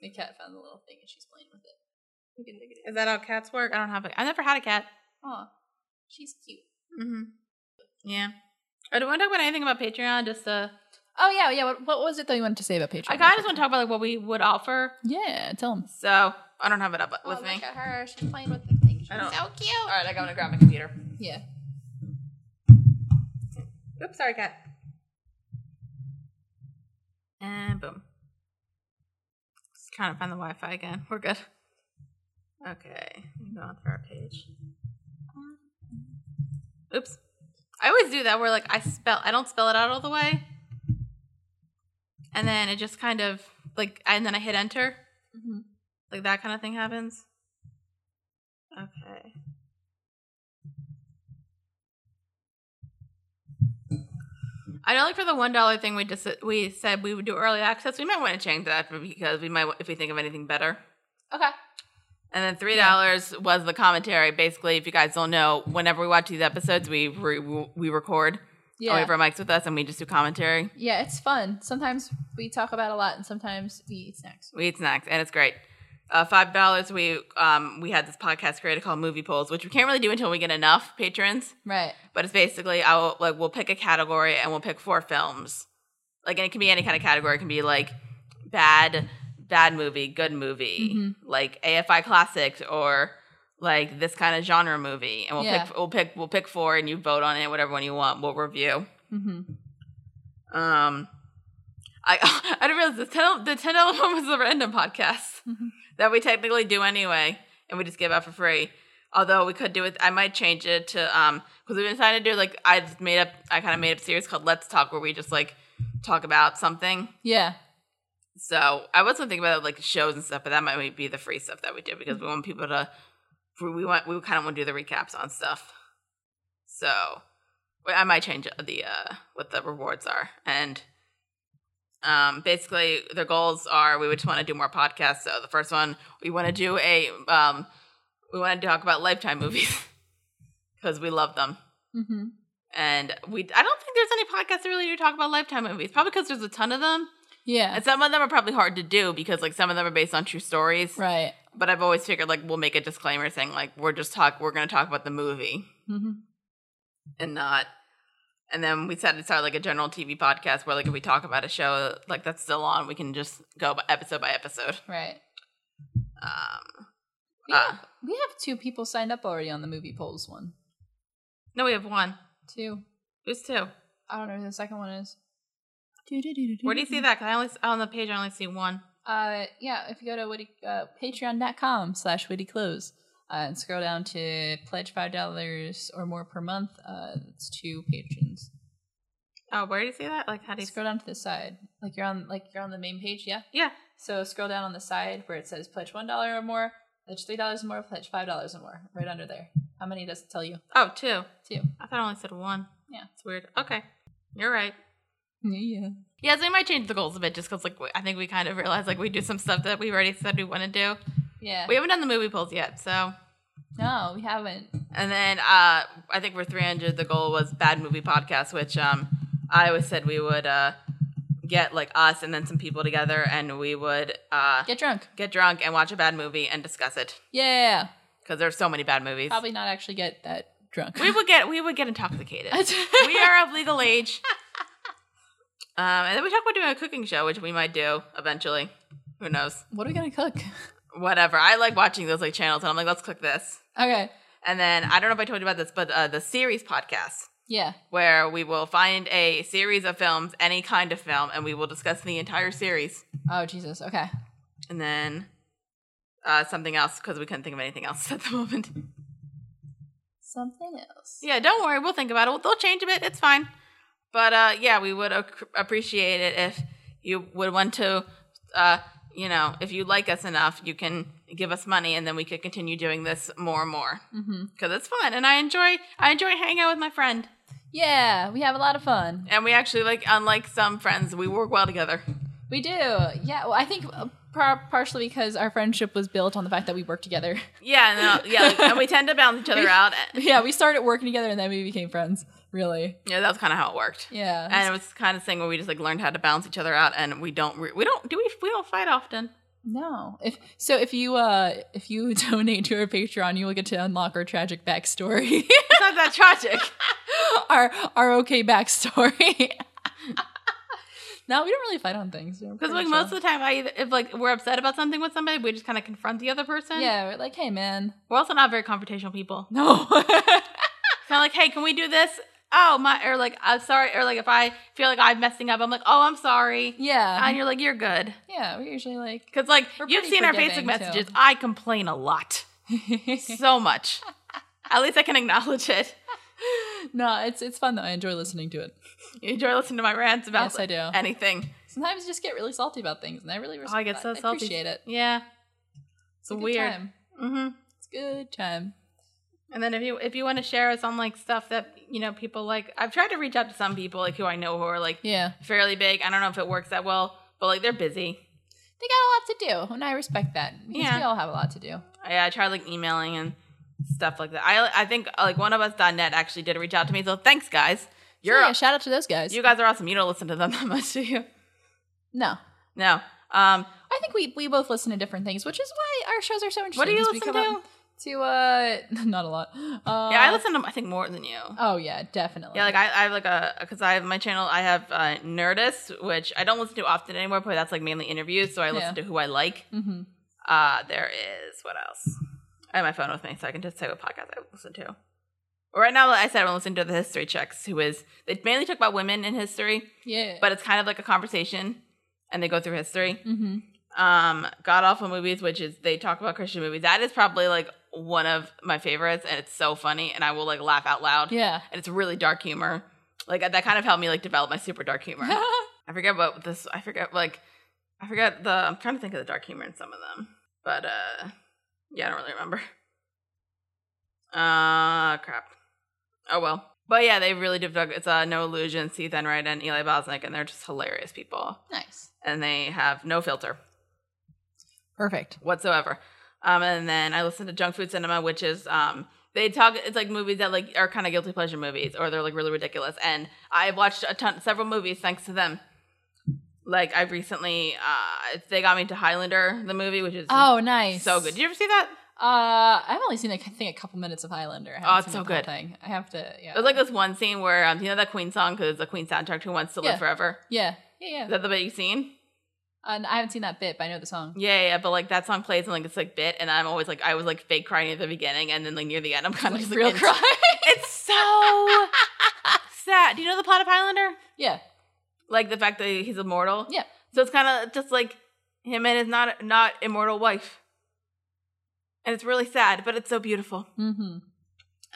the cat found the little thing and she's playing with it. Look at it, look at it. Is that how cats work? I don't have a. I never had a cat. Aw, she's cute. Mm-hmm. Yeah. Or do we want to talk about anything about Patreon? Just uh, Oh yeah, yeah. What, what was it though you wanted to say about Patreon? I kind of just want to talk about like what we would offer Yeah, tell him. So I don't have it up with me. Oh, at her. She's playing with the thing. She's Oh, I don't- cute. All right, I gotta grab my computer. Yeah. Oops, sorry, cat. And boom. Just trying to find the Wi-Fi again. We're good. Okay, we can go on to our page. Oops. I always do that where like I spell I don't spell it out all the way. And then it just kind of like and then I hit enter. Mm-hmm. Like that kind of thing happens. Okay. I know, like for the one dollar thing, we just we said we would do early access. We might want to change that because we might if we think of anything better. Okay. And then three dollars was the commentary. Basically, if you guys don't know, whenever we watch these episodes, we re- we record. Yeah. All of our mics with us, and we just do commentary. yeah, it's fun. Sometimes we talk about a lot, and sometimes we eat snacks. We eat snacks, and it's great. Uh, Five dollars. We um we had this podcast created called Movie Polls, which we can't really do until we get enough patrons. Right. But it's basically I will like we'll pick a category and we'll pick four films. Like and it can be any kind of category. It can be like bad, bad movie, good movie, Mhm. like AFI classics or like this kind of genre movie, and we'll Yeah. pick we'll pick we'll pick four, and you vote on it, whatever one you want. We'll review. hmm Um, I I didn't realize the ten the ten dollar one was a random podcast Mhm. that we technically do anyway, and we just give out for free. Although we could do it, I might change it to um because we've been trying to do like I just made up I kind of made up a series called Let's Talk where we just like talk about something. Yeah. So I was gonna think about like shows and stuff, but that might be the free stuff that we do because we want people to we want we kind of want to do the recaps on stuff. So well, I might change the uh what the rewards are and um basically the goals are we would just want to do more podcasts. So the first one we want to do a um we want to talk about lifetime movies because we love them. hmm And we, I don't think there's any podcasts that really do talk about Lifetime movies. Probably because there's a ton of them, Yeah. and some of them are probably hard to do because like some of them are based on true stories. right. But I've always figured like we'll make a disclaimer saying like we're just talk we're gonna talk about the movie hmm and not and then we decided to start like a general TV podcast where like if we talk about a show like that's still on, we can just go by episode by episode. Right. Um We, Ah. have, we have two people signed up already on the movie polls one. no we have one. Two. Who's two? I don't know who the second one is. Where do you see that? Cause I only on the page I only see one. Uh, yeah, if you go to witty, uh, patreon.com slash wittyclose uh, and scroll down to pledge $5 or more per month, uh, it's two patrons. Oh, where do you see that? Like how do you Scroll down to the side. Like you're on like you're on the main page, yeah? Yeah. So scroll down on the side where it says pledge $1 or more, pledge $3 or more, pledge $5 or more, right under there. How many does it tell you? Oh, two. Two. I thought I only said one. Yeah. It's weird. Okay. You're right. Yeah. Yeah, so we might change the goals a bit just because, like, we- I think we kind of realized, like, we do some stuff that we've already said we want to do. Yeah. We haven't done the movie polls yet, so. No, we haven't. And then uh, I think for 300, the goal was bad movie podcast, which um, I always said we would uh, get, like, us and then some people together and we would uh, Get drunk. get drunk and watch a bad movie and discuss it Yeah. because there's so many bad movies. Probably not actually get that drunk. We would get we would get intoxicated. we are of legal age. Um, and then we talked about doing a cooking show, which we might do eventually. Who knows? what are we going to cook? whatever. I like watching those like channels, and I'm like, let's click this. Okay. And then I don't know if I told you about this, but uh, the series podcast Yeah. where we will find a series of films, any kind of film, and we will discuss the entire series. Oh, Jesus. Okay. And then uh, something else because we couldn't think of anything else at the moment. Something else. Yeah, don't worry, we'll think about it. We'll- They'll change a bit. It's fine. But uh, yeah, we would ac- appreciate it if you would want to, uh, you know, if you like us enough, you can give us money, and then we could continue doing this more and more. Mm-hmm. because it's fun and I enjoy I enjoy hanging out with my friend. Yeah, we have a lot of fun. And we actually like unlike some friends, we work well together. We do. Yeah. Well, I think uh, par- partially because our friendship was built on the fact that we work together. Yeah, no, yeah, like, and we tend to balance each other out. yeah, we started working together and then we became friends. Really. Yeah, that's kind of how it worked. Yeah. And it was kind of thing where we just like learned how to balance each other out, and we don't re- we don't do we we don't fight often. no. If so, if you uh if you donate to our Patreon, you will get to unlock our tragic backstory, It's not that tragic. our our okay backstory. no, we don't really fight on things. We're Because like pretty most of chill. the time, I either, if like we're upset about something with somebody, we just kind of confront the other person. yeah, we're like, hey man, we're also not very confrontational people. no. Kind of like, hey, can we do this? Oh my, or like I'm sorry, or like if I feel like I'm messing up, I'm like, oh, I'm sorry, yeah, and you're like, you're good. yeah, we're usually like Because, like, We're you've pretty seen our Facebook forgiving, messages. too. I complain a lot. so much. At least I can acknowledge it. no, it's it's fun though. I enjoy listening to it. You enjoy listening to my rants about Yes, I do. anything. Sometimes I just get really salty about things, and I really Oh, I get respect- so salty. appreciate it. Yeah. It's, It's a good weird. time. hmm It's a good time. And then if you if you want to share us on like stuff that you know people like, I've tried to reach out to some people like who I know who are like Yeah, fairly big. I don't know if it works that well, but like they're busy. they got a lot to do, and I respect that. Because Yeah. we all have a lot to do. Yeah, I tried like emailing and stuff like that. I I think like one of us .net actually did reach out to me. So thanks guys. You're So, yeah, shout out to those guys. You guys are awesome. You don't listen to them that much, do you? no, No. Um, I think we we both listen to different things, which is why our shows are so interesting. what do you 'cause we listen to? come up To uh, not a lot. Uh, yeah, I listen to I think more than you. Oh yeah, definitely. Yeah, like I, I have like a because I have my channel. I have uh, Nerdist, which I don't listen to often anymore, but Mm-hmm. that's like mainly interviews. So I listen to who I like. hmm Uh, there is what else? I have my phone with me, so I can just type a podcast I listen to. But right now, like I said, I'm listening to the History Checks, who is they mainly talk about women in history, Yeah. but it's kind of like a conversation, and they go through history. hmm Um, God awful movies, which is they talk about Christian movies. That is probably like one of my favorites, and it's so funny, and I will like laugh out loud. Yeah. And it's really dark humor. Like that kind of helped me like develop my super dark humor. I forget what this. I forget like, I forget the. I'm trying to think of the dark humor in some of them, but uh, yeah, I don't really remember. Uh, crap. Oh well. But yeah, they really did. It's uh, No Illusion, Keith Enright, and Eli Bosnick, and they're just hilarious people, nice. and they have no filter Perfect. whatsoever. Um, and then I listen to Junk Food Cinema, which is um, they talk. It's like movies that like are kind of guilty pleasure movies, or they're like really ridiculous. And I've watched a ton, several movies thanks to them. Like I recently, uh, they got me to Highlander, the movie, which is Oh, nice. so good. Did you ever see that? Uh, I've only seen, I think, a couple minutes of Highlander. I haven't Oh, it's seen so the whole good. Thing. I have to. Yeah. There's like this one scene where um, you know that Queen song because the Queen soundtrack "Who Wants to Live Yeah. Forever." yeah. Yeah. Is Yeah. that the bit you've seen? And I haven't seen that bit, but I know the song. Yeah, yeah, but like that song plays and like it's like bit, and I'm always like I was like fake crying at the beginning, and then like near the end, I'm kind of Like just, real in- cry. It's so sad. Do you know the plot of Highlander? yeah. Like the fact that he's immortal. Yeah. So it's kind of just like him and his not not immortal wife, and it's really sad, but it's so beautiful, Mm-hmm.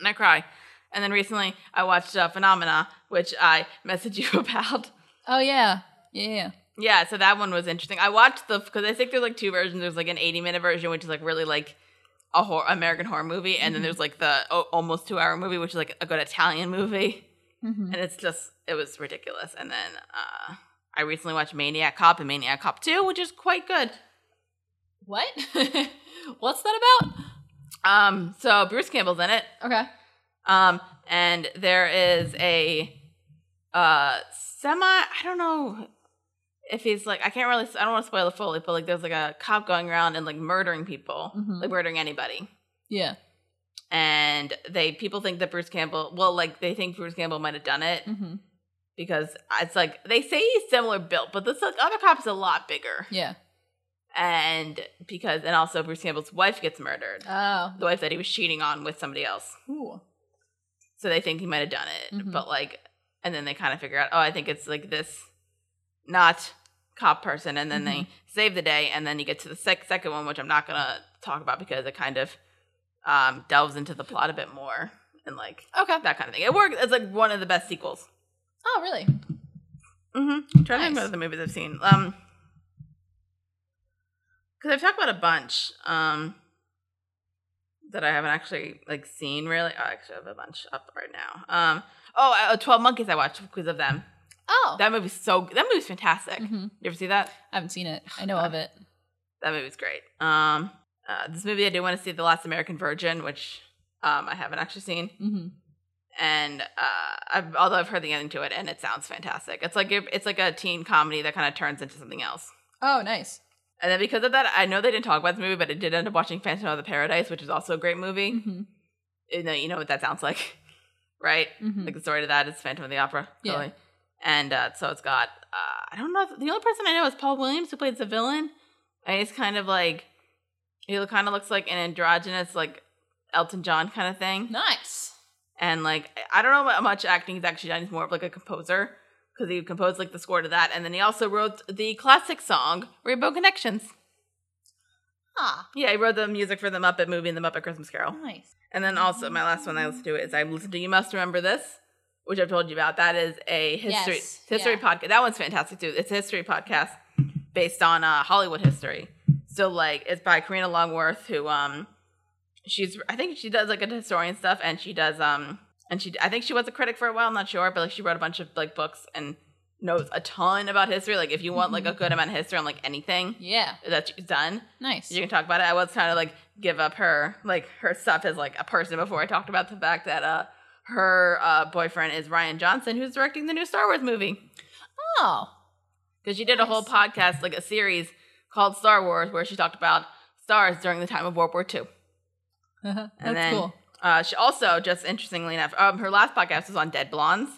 and I cry. And then recently, I watched uh, Phenomena, which I messaged you about. Oh yeah. Yeah. Yeah. Yeah, so that one was interesting. I watched the because I think there's like two versions. There's like an 80 minute version, which is like really like a horror, American horror movie, and then Mhm. there's like the o- almost two hour movie, which is like a good Italian movie. Mm-hmm. and it's just it was ridiculous. And then uh, I recently watched Maniac Cop and Maniac Cop Two, which is quite good. What? What's that about? Um, so Bruce Campbell's in it, Okay. um, and there is a uh, semi. I don't know if he's like I can't really. I don't want to spoil it fully, but like there's like a cop going around and like murdering people, Mhm. like murdering anybody. Yeah. And they people think that Bruce Campbell, well, like they think Bruce Campbell might have done it Mm-hmm. because it's like they say he's similar built, but this like, other cop is a lot bigger. Yeah. and because and also Bruce Campbell's wife gets murdered, Oh. the wife that he was cheating on with somebody else. Cool. So they think he might have done it, Mhm. but like, and then they kind of figure out, oh, I think it's like this, not cop person, and then they save the day, and then you get to the sec- second one, which I'm not gonna talk about because it kind of um, delves into the plot a bit more and like Okay. that kind of thing. It works. It's like one of the best sequels. Oh, really? Mm-hmm. Trying to think Nice. about other movies I've seen. Um, because I've talked about a bunch. Um, that I haven't actually like seen really. I actually have a bunch up right now. Um, oh, I- uh, Twelve Monkeys I watched because of them. Oh. That movie's so that movie's fantastic. Mhm. You ever see that? I haven't seen it. I know of it. That movie's great. Um, uh, this movie I do want to see, The Last American Virgin, which um I haven't actually seen. Mm-hmm. and uh, I've, although I've heard the ending to it, and it sounds fantastic. It's like it's like a teen comedy that kind of turns into something else. Oh, nice. And then because of that, I know they didn't talk about the movie, but I did end up watching Phantom of the Paradise, which is also a great movie. Mm-hmm. You know, you know what that sounds like, right? Mm-hmm. Like the story to that is Phantom of the Opera, Yeah. really. And uh, so it's got uh, I don't know if, the only person I know is Paul Williams who plays the villain, and he's kind of like he kind of looks like an androgynous like Elton John kind of thing Nice. and like I- I don't know how much acting he's actually done. He's more of like a composer because he composed like the score to that, and then he also wrote the classic song "Rainbow Connections." Ah. Yeah, he wrote the music for the Muppet movie and the Muppet Christmas Carol. Nice. And then also my last one I listened to is I listened to "You Must Remember This," which I've told you about. That is a history Yes, history yeah. podcast. That one's fantastic too. It's a history podcast based on uh, Hollywood history. So like it's by Karina Longworth, who um she's I think she does like a historian stuff, and she does um and she I think she was a critic for a while. I'm not sure, but like she wrote a bunch of like books and knows a ton about history. Like if you want like a good amount of history on like anything Yeah. that she's done, Nice. you can talk about it. I was trying to like give up her like her stuff as like a person before I talked about the fact that uh her uh boyfriend is Ryan Johnson who's directing the new Star Wars movie Oh. because she did a whole Nice. podcast like a series called Star Wars where she talked about stars during the time of World War II. That's then- cool. Uh, she also just interestingly enough, um, her last podcast was on dead blondes,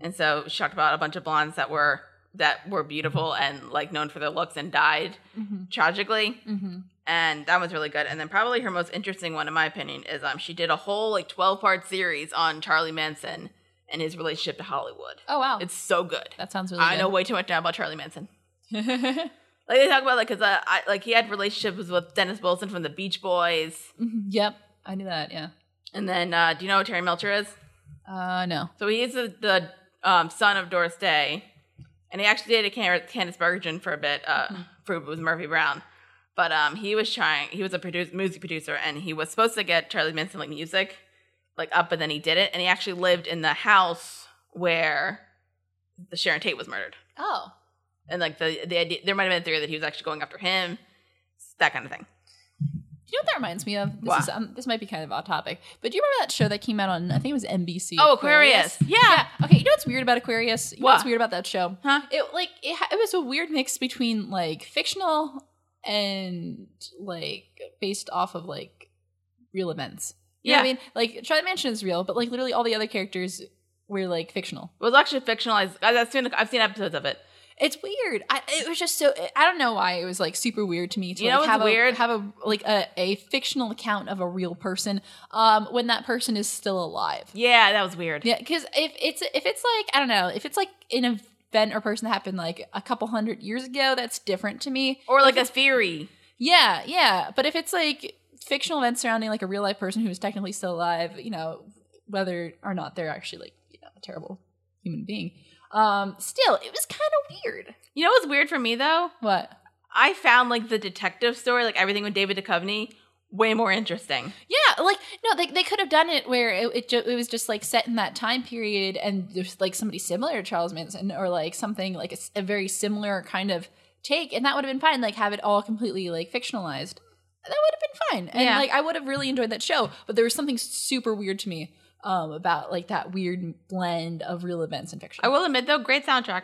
and so she talked about a bunch of blondes that were that were beautiful and like known for their looks and died Mm-hmm. tragically Mm-hmm. and that one's really good. And then probably her most interesting one, in my opinion, is um she did a whole like twelve part series on Charlie Manson and his relationship to Hollywood. Oh wow, It's so good. that sounds really. I know good. way too much now about Charlie Manson. know. Like they talk about like because uh, I like he had relationships with Dennis Wilson from the Beach Boys, yep, I knew that. Yeah. and then uh, do you know who Terry Melcher is? Uh, no. So he is the, the um, son of Doris Day, and he actually dated Can- Candace Bergen for a bit. Uh, Mhm. For it was Murphy Brown, but um, he was trying. He was a produce, music producer, and he was supposed to get Charlie Manson like music, like up, but then he didn't, and he actually lived in the house where the Sharon Tate was murdered, Oh, and like the the idea, there might have been a theory that he was actually going after him, that kind of thing. you know what that reminds me of? This What? is um, this might be kind of off topic, but do you remember that show that came out on I think it was NBC? Oh, Aquarius, yeah, Yeah. Okay. You know what's weird about Aquarius? You know what's What? weird about that show? huh? It like it, ha- it was a weird mix between like fictional and like based off of like real events. You know what Yeah. I mean, like Charlie Mansion is real, but like literally all the other characters were like fictional. It was actually fictionalized. I- I've seen I've seen episodes of it. It's weird. I, it was just so I don't know why it was like super weird to me to You like, know what's have weird? a have a like a, a fictional account of a real person um when that person is still alive. Yeah, that was weird. Yeah, because if it's if it's like I don't know if it's like an event or person that happened like a couple hundred years ago, that's different to me. Or like If a theory. Yeah, yeah. But if it's like fictional events surrounding like a real life person who's technically still alive, you know, whether or not they're actually like, you know, a terrible human being. Um, still, it was kind of weird. You know what's weird for me though? What? I found like the detective story, like everything with David Duchovny, way more interesting. Yeah, like no, they they could have done it where it it, ju- it was just like set in that time period, and there's like somebody similar to Charles Manson, or like something like a, s- a very similar kind of take, and that would have been fine. Like have it all completely like fictionalized, that would have been fine, and Yeah. like I would have really enjoyed that show. But there was something super weird to me um, about like that weird blend of real events and fiction. I will admit though, great soundtrack.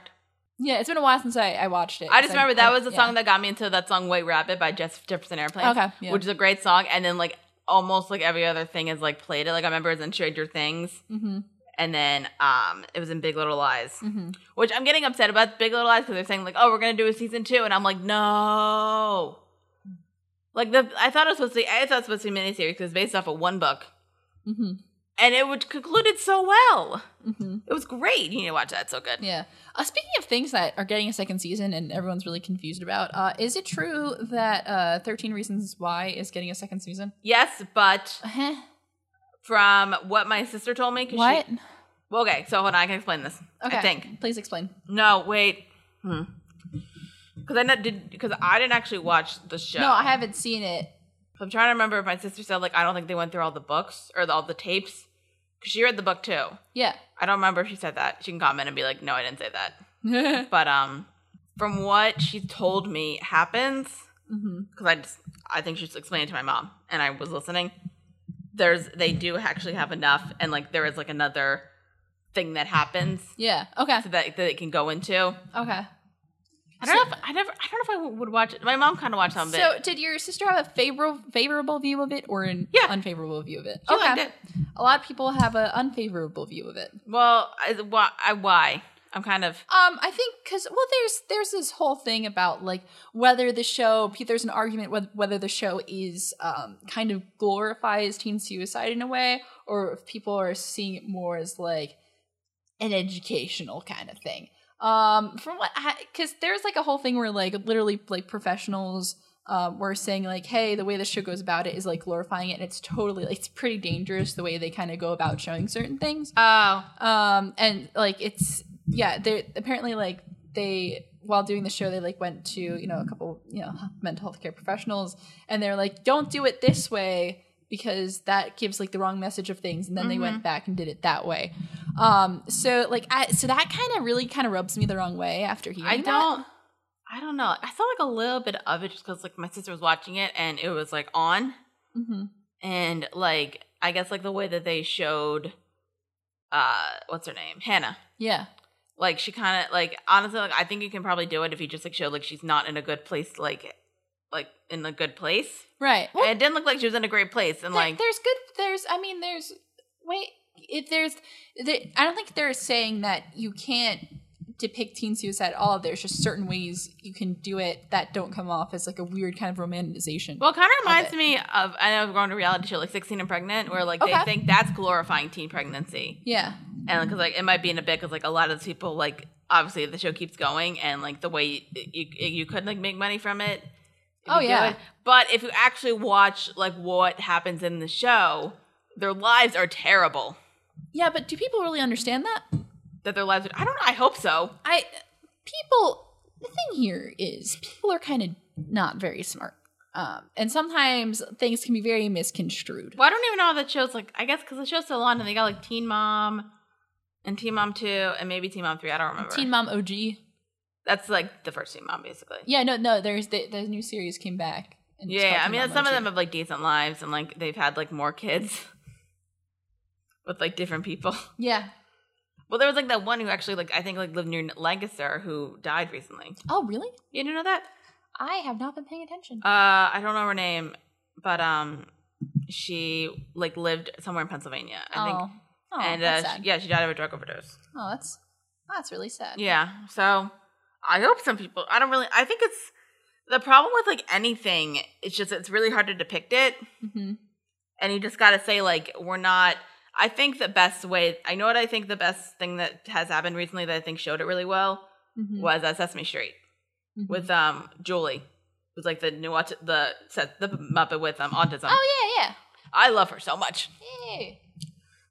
yeah, it's been a while since I, I watched it. I just 'cause remember that I- was the yeah. song that got me into that song White Rabbit by Jeff Jefferson Airplane. Okay, yeah. Which is a great song. And then like almost like every other thing is like played it. Like I remember it was in Stranger Things. Mhm, And then um it was in Big Little Lies. mhm. Which I'm getting upset about Big Little Lies because they're saying like, oh, we're gonna do a season two, and I'm like, no. Like the I thought it was supposed to be I thought it was supposed to be a miniseries because it's based off of one book, Mhm, and it would concluded so well. mhm. It was great. You need to watch that. It's so good. Yeah. Uh, speaking of things that are getting a second season and everyone's really confused about, uh, is it true that uh, 13 Reasons Why is getting a second season? Yes, but Huh? from what my sister told me, 'cause she- Uh-huh. What? well, okay, so hold on, I can explain this. I think. Please explain. No, wait. Hmm. Because I not, did because I didn't actually watch the show. No, I haven't seen it. So I'm trying to remember if my sister said like I don't think they went through all the books or the, all the tapes because she read the book too. Yeah. I don't remember if she said that. She can comment and be like, "No, I didn't say that." But um, from what she told me happens, hmm because I just I think she's explaining it to my mom, and I was listening. There's they do actually have enough, and like there is like another thing that happens Yeah. Okay. so that that it can go into. Okay. I don't know if I never I don't know if I would watch it. My mom kind of watched some of it. So, did your sister have a favorable favorable view of it or an Yeah. unfavorable view of it? She liked it. A lot of people have an unfavorable view of it. Well, I, why, I, why? I'm kind of Um, I think because well, there's there's this whole thing about like whether the show there's an argument whether, whether the show is um kind of glorifies teen suicide in a way, or if people are seeing it more as like an educational kind of thing. Um, from what because there's like a whole thing where like literally like professionals um were saying like, hey, the way the show goes about it is like glorifying it, and it's totally it's pretty dangerous the way they kind of go about showing certain things oh um and like it's yeah they're apparently like they while doing the show they like went to you know a couple you know mental health care professionals and they're like don't do it this way because that gives like the wrong message of things and then they Mm-hmm. went back and did it that way um so like I, so that kind of really kind of rubs me the wrong way after hearing I that. don't. I don't know. I saw like a little bit of it just because like my sister was watching it and it was like on Mhm. and like I guess like the way that they showed, uh, what's her name, Hannah. yeah Like she kind of like honestly like I think you can probably do it if you just like showed like she's not in a good place like like in a good place. right and it didn't look like she was in a great place and There- like there's good there's i mean there's wait if there's there, i don't think they're saying that you can't depict teen suicide at all. There's just certain ways you can do it that don't come off as like a weird kind of romanticization. Well, it kind of reminds it. me of I know we're going to reality show like 16 and pregnant, where like Okay. they think that's glorifying teen pregnancy, yeah. and because like it might be in a bit because like a lot of these people like obviously the show keeps going and like the way you you, you could like make money from it. if Oh, you do yeah. it. but if you actually watch like what happens in the show, their lives are terrible. Yeah, but do people really understand that? That their lives, are, I don't. I hope so. I people the thing here is people are kind of not very smart. Um, and sometimes things can be very misconstrued. Well, I don't even know how that show's like. I guess because the show's so long, and they got like Teen Mom, and Teen Mom Two, and maybe Teen Mom Three. I don't remember. Teen Mom OG. That's like the first Teen Mom, basically. Yeah, no, no, there's the, the new series came back. and it's Yeah, called I Teen mean, Mom some of OG. them have like decent lives, and like they've had like more kids with like different people. Yeah. Well, there was like that one who actually like I think like lived near Lancaster who died recently. Oh, really? You didn't know that? I have not been paying attention. Uh, I don't know her name, but um, she like lived somewhere in Pennsylvania, I oh. think. oh, and uh, that's she- sad. yeah, she died of a drug overdose. Oh, that's that's really sad. Yeah. So I hope some people. I don't really. I think it's the problem with like anything. It's just it's really hard to depict it, hmm and you just got to say like we're not. I think the best way. I know what I think the best thing that has happened recently that I think showed it really well hmm was uh, Sesame Street Mm-hmm. with um Julie, who's like the new aut- the set the Muppet with um autism. Oh yeah, I love her so much. yeah, yeah,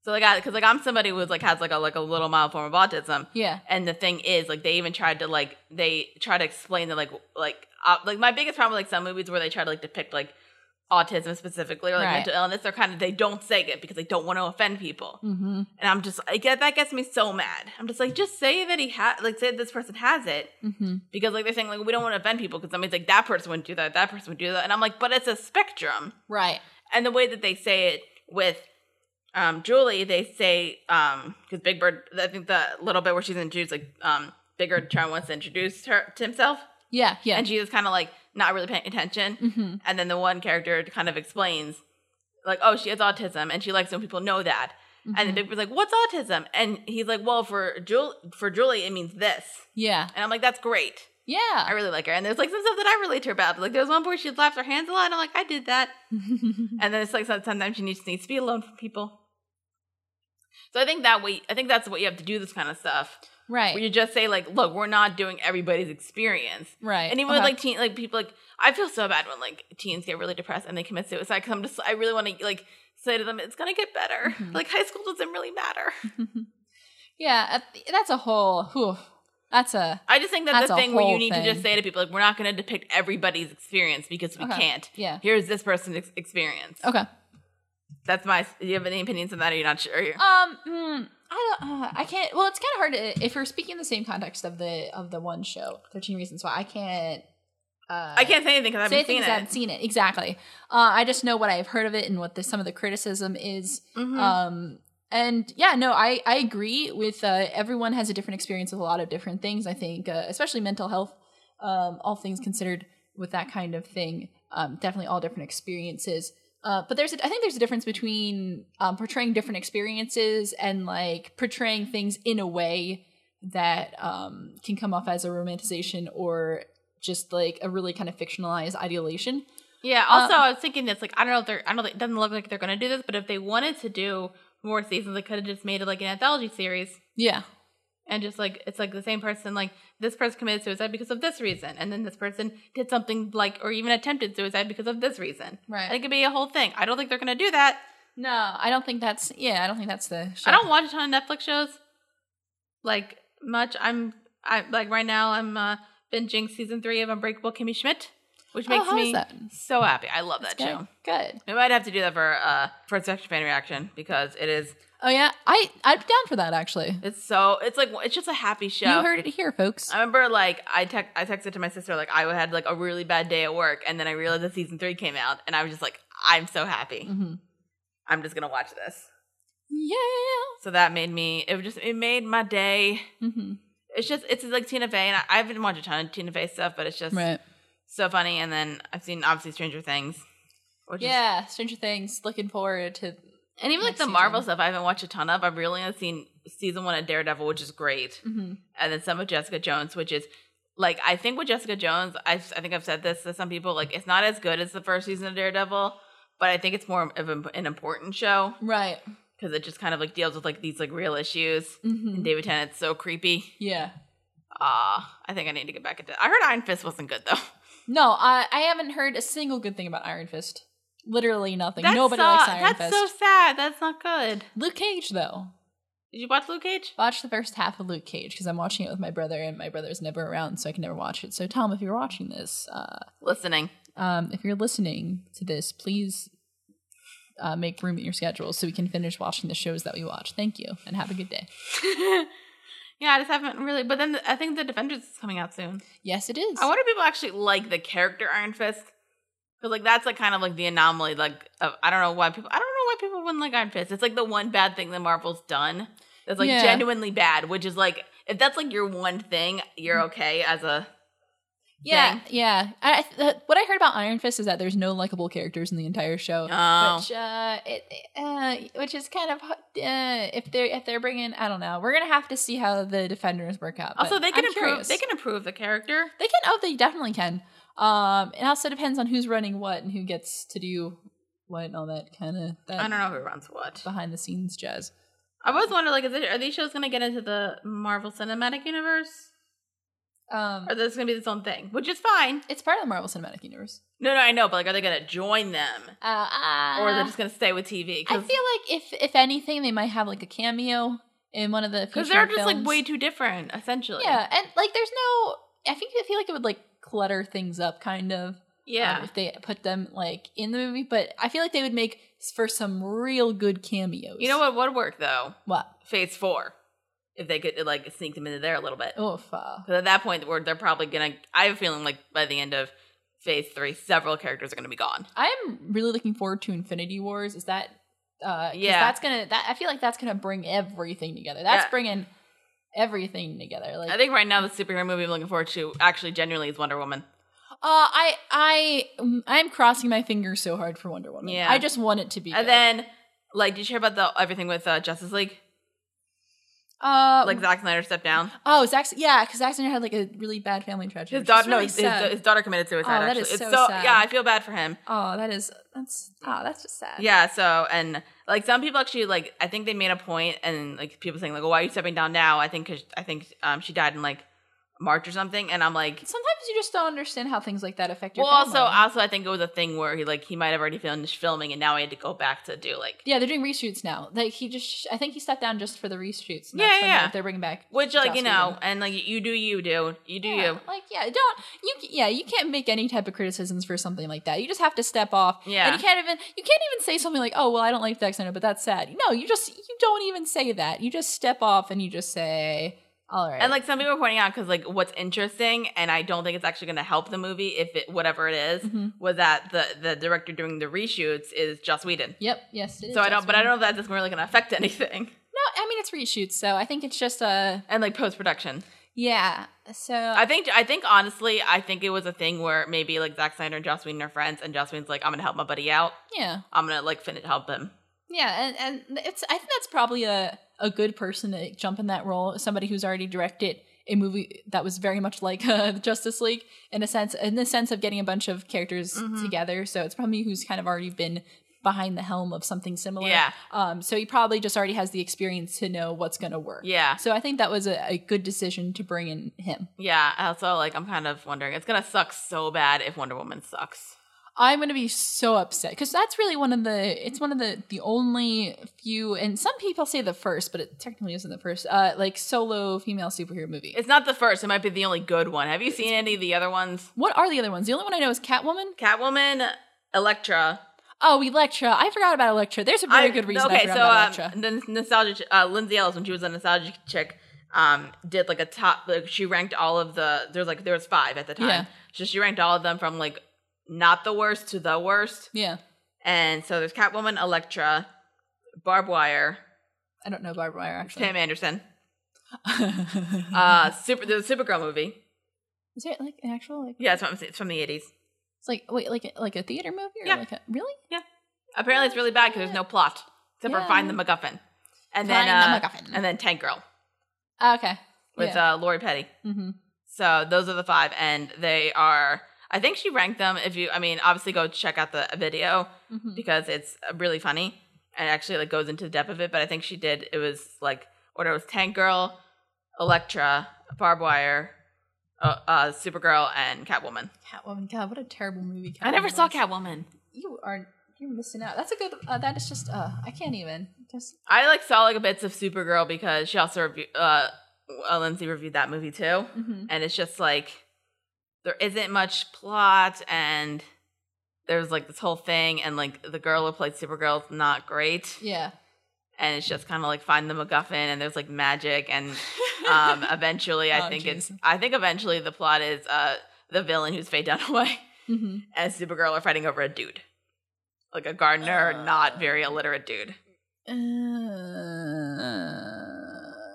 So like, I because like I'm somebody who's like has like a like a little mild form of autism, yeah. And the thing is, like, they even tried to like they try to explain that like like uh, like my biggest problem with like some movies where they try to like depict like autism specifically or like Right. mental illness, they're kind of they don't say it because they don't want to offend people. Mm-hmm. And I'm just I get that gets me so mad. I'm just like just say that he had like say this person has it Mm-hmm. because like they're saying like we don't want to offend people because that means like that person wouldn't do that, that person would do that, and I'm like but it's a spectrum Right. and the way that they say it with um, Julie, they say because Big Bird, I think the little bit where she's introduced, like um, Big Bird trying wants to introduce her to himself, Yeah, yeah. and she was kind of like not really paying attention, mm-hmm. and then the one character kind of explains. Like, oh, she has autism, and she likes when people know that. And Mm-hmm. the big bird's like, "What's autism?" And he's like, "Well, for Julie, for Julie, it means this." yeah, And I'm like, "That's great. I yeah. really like her." And there's like some stuff that I relate to her about. Like, there's one point she laps her hands a lot, and I'm like, "I did that." and then it's like some- sometimes you need- just needs to be alone from people. So I think that way, I think that's what you have to do. This kind of stuff where right, you just say like, "Look, we're not doing everybody's experience." right. Uh-huh. And even with Okay. like teen, like people like I feel so bad when like teens get really depressed and they commit suicide because I'm just I really want to like say to them, "It's gonna get better." Mhm. Like high school doesn't really matter. yeah, at the- that's a whole. Whew, that's a I just think that's, That's the a thing where you whole need to thing. just say to people like, "We're not gonna depict everybody's experience because we Okay. can't." yeah. Here's this person's ex- experience. Okay. That's my. Do you have any opinions on that? Or you're not sure? Um, mm, I don't. Uh, I can't. Well, it's kind of hard to, if we're speaking in the same context of the of the one show, Thirteen Reasons Why. I can't. Uh, I can't say anything because I say haven't seen things it. I haven't seen it exactly. Uh, I just know what I've heard of it and what the, some of the criticism is. Mhm. Um, and yeah, no, I, I agree with uh, everyone has a different experience with a lot of different things. I think, uh, especially mental health, um, all things considered, with that kind of thing, um, definitely all different experiences. Uh, but there's, a, I think there's a difference between um, portraying different experiences and like portraying things in a way that um, can come off as a romanticization or just like a really kind of fictionalized ideation. yeah. Also, um, I was thinking this. Like, I don't know if they're. I don't. It doesn't look like they're going to do this. But if they wanted to do more seasons, they could have just made it like an anthology series, Yeah. and just like it's like the same person. Like this person committed suicide because of this reason, and then this person did something like or even attempted suicide because of this reason. Right. And it could be a whole thing. I don't think they're going to do that. No, I don't think that's yeah. I don't think that's the. Show. I don't watch a ton of Netflix shows, like much. I'm I like right now. I'm uh, binging season three of Unbreakable Kimmy Schmidt, which Oh, makes how is me that? so happy. I love that Good. show. Good. We might have to do that for uh for a section fan reaction because it is Oh yeah, I I'm down for that actually. it's so it's like it's just a happy show. You heard it here, folks. I remember like I tec- I texted to my sister like I had like a really bad day at work and then I realized that season three came out and I was just like I'm so happy. Mhm. I'm just gonna watch this. Yeah. So that made me it just it made my day. hmm It's just it's like Tina Fey and I, I haven't watched a ton of Tina Fey stuff but it's just Right. so funny and then I've seen obviously Stranger Things. Which is Yeah. Stranger Things. Looking forward to. And even like Next the season. Marvel stuff, I haven't watched a ton of. I've really only seen season one of Daredevil, which is great, Mhm. and then some of Jessica Jones, which is like I think with Jessica Jones, I I think I've said this to some people, like it's not as good as the first season of Daredevil, but I think it's more of an an important show Right. because it just kind of like deals with like these like real issues. hmm And David Tennant's so creepy. Yeah. Ah, I think I need to get back into. I heard Iron Fist wasn't good though. No, I I haven't heard a single good thing about Iron Fist. Literally nothing. That's Nobody so- likes Iron That's Fist. so sad. That's not good. Luke Cage though. Did you watch Luke Cage? Watch the first half of Luke Cage because I'm watching it with my brother and my brother's never around, so I can never watch it. So Tom, if you're watching this, uh, Listening. um, if you're listening to this, please uh, make room in your schedule so we can finish watching the shows that we watch. Thank you and have a good day. yeah, I just haven't really. But then I think the Defenders is coming out soon. Yes, it is. I wonder if people actually like the character Iron Fist. Because like that's like kind of like the anomaly. Like of, I don't know why people. I don't know why people wouldn't like Iron Fist. It's like the one bad thing that Marvel's done that's like Yeah. genuinely bad. Which is like if that's like your one thing, Mm. you're okay as a yeah, yeah. I, I, th- what I heard about Iron Fist is that there's no likable characters in the entire show. oh. which uh, it, uh, which is kind of uh, if they're if they're bringing I don't know we're gonna have to see how the defenders work out. but also, they can I'm improve. curious. They can improve the character. they can oh they definitely can. Um, it also depends on who's running what and who gets to do what and all that kind of that I don't know who runs what. behind the scenes jazz. I was wondering, like, is it, are these shows going to get into the Marvel Cinematic Universe, Um, or there's going to be its own thing? Which is fine. it's part of the Marvel Cinematic Universe. No, no, I know, but like, are they going to join them, Uh, uh, or they're just going to stay with TV? I feel like if if anything they might have like a cameo in one of the because because they're just like way too different, essentially. yeah and like there's no I think I feel like it would like clutter things up kind of yeah. um, if they put them like in the movie. But I feel like they would make s- for some real good cameos. you know what would work though? What? Phase four, if they could like sneak them into there a little bit. Oof. Uh, Because at that point, we're, they're probably going to. I have a feeling like by the end of Phase three, several characters are going to be gone. I'm really looking forward to Infinity Wars. Is that? Uh, yeah. Yeah. That's gonna. That I feel like that's gonna bring everything together. That's Yeah. bringing everything together. Like I think right now the superhero movie I'm looking forward to actually genuinely is Wonder Woman. Uh, I I mm, I'm crossing my fingers so hard for Wonder Woman. Yeah. I just want it to be. And good. then, like, did you hear about the everything with uh, Justice League? uh, Like Zack Snyder stepped down. oh, Zack, yeah, because Zack Snyder had like a really bad family tragedy. His which is daughter, no, really his, his, sad. his daughter committed suicide. Oh, that actually, is it's so so sad. yeah, I feel bad for him. oh, that is that's oh, that's just sad. Yeah, so and like some people actually like I think they made a point and like people saying like, well, why are you stepping down now? I think cause I think um she died in like March or something, and I'm like, Sometimes you just don't understand how things like that affect your well, also family. also I think it was a thing where he like he might have already finished filming and now he had to go back to do like yeah, they're doing reshoots now. Like he just, I think he stepped down just for the reshoots. and Yeah, that's when yeah. they're- They're bringing back which like you Joss know Whedon. and like you do you dude you do Yeah, you Like yeah, don't you? Yeah, you can't make any type of criticisms for something like that. You just have to step off. Yeah. and you can't even you can't even say something like, "Oh well, I don't like Zack Snyder, but that's sad." No, you just you don't even say that. You just step off and you just say, "All right." And like some people are pointing out, because like what's interesting, and I don't think it's actually going to help the movie if it whatever it is, Mhm. was that the the director doing the reshoots is Joss Whedon. yep, yes. it is So I don't, Joss but I Whedon. don't know if that's really going to affect anything. No, I mean it's reshoots, so I think it's just a And like post production, yeah. So I think I think honestly, I think it was a thing where maybe like Zack Snyder and Joss Whedon are friends, and Joss Whedon's like, I'm going to help my buddy out. yeah. I'm going to like finish help him. Yeah, and, and it's I think that's probably a, a good person to jump in that role, somebody who's already directed a movie that was very much like uh, the Justice League in a sense, in the sense of getting a bunch of characters Mhm. together. So it's probably who's kind of already been behind the helm of something similar. Yeah. Um. So he probably just already has the experience to know what's going to work. Yeah, So I think that was a, a good decision to bring in him. yeah. Also, like I'm kind of wondering, it's going to suck so bad if Wonder Woman sucks. I'm gonna be so upset because that's really one of the it's one of the the only few and some people say the first, but it technically isn't the first uh like solo female superhero movie. It's not the first. It might be the only good one. Have you seen any of the other ones? what are the other ones? The only one I know is Catwoman. Catwoman, Elektra. Oh, Elektra. I forgot about Elektra. There's a very good reason I forgot about um, Elektra. the nostalgia. ch- Uh, Lindsay Ellis, when she was a nostalgia chick, um, did like a top. Like she ranked all of the. There's like there was five at the time, Yeah. so she ranked all of them from like not the worst to the worst. Yeah, And so there's Catwoman, Elektra, Barb Wire, I don't know Barbara Wire actually. Pam Anderson, uh, super. There's a Supergirl movie. is there like an actual like? Yeah, it's from, it's from the 80s. It's like wait like a, like a theater movie or Yeah. like a really? Apparently, it's really bad because there's no plot except Yeah. for find the MacGuffin. and then Flying uh, the MacGuffin. and then Tank Girl Oh, okay. with uh, Lori Petty. hmm So those are the five, and they are. I think she ranked them. If you, I mean, obviously go check out the video hmm because it's uh, really funny and actually like goes into the depth of it. But I think she did. It was like order was Tank Girl, Elektra, Barbed Wire, uh, uh, Supergirl, and Catwoman. Catwoman. God, what a terrible movie. Catwoman I never saw was. Catwoman. You are you're missing out. That's a good. Uh, that is just. Uh, I can't even. Just I like saw like bits of Supergirl because she also review, uh, uh, Lindsay reviewed that movie too, mhm. and it's just like there isn't much plot, and there's like this whole thing, and like the girl who played Supergirl's not great, yeah. and it's just kind of like find the MacGuffin, and there's like magic, and um, eventually I Oh, think Jesus. it's I think eventually the plot is uh the villain who's Faye Dunaway hmm and Supergirl are fighting over a dude, like a gardener, Uh. not very illiterate dude.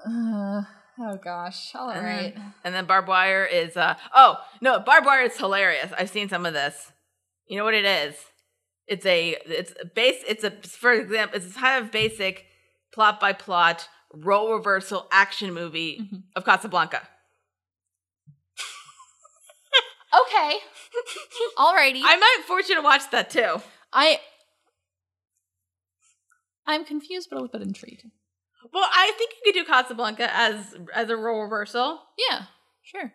Uh, oh gosh. All Uh-huh. right. And then barbed wire is uh oh no, barbed wire is hilarious. I've seen some of this. You know what it is? It's a it's a base it's a for example it's a kind of basic plot by plot role reversal action movie Mhm. of Casablanca. Okay. Alrighty. I might force you to watch that too. I I'm confused but a little bit intrigued. Well, I think you could do Casablanca as as a role reversal. Yeah, sure.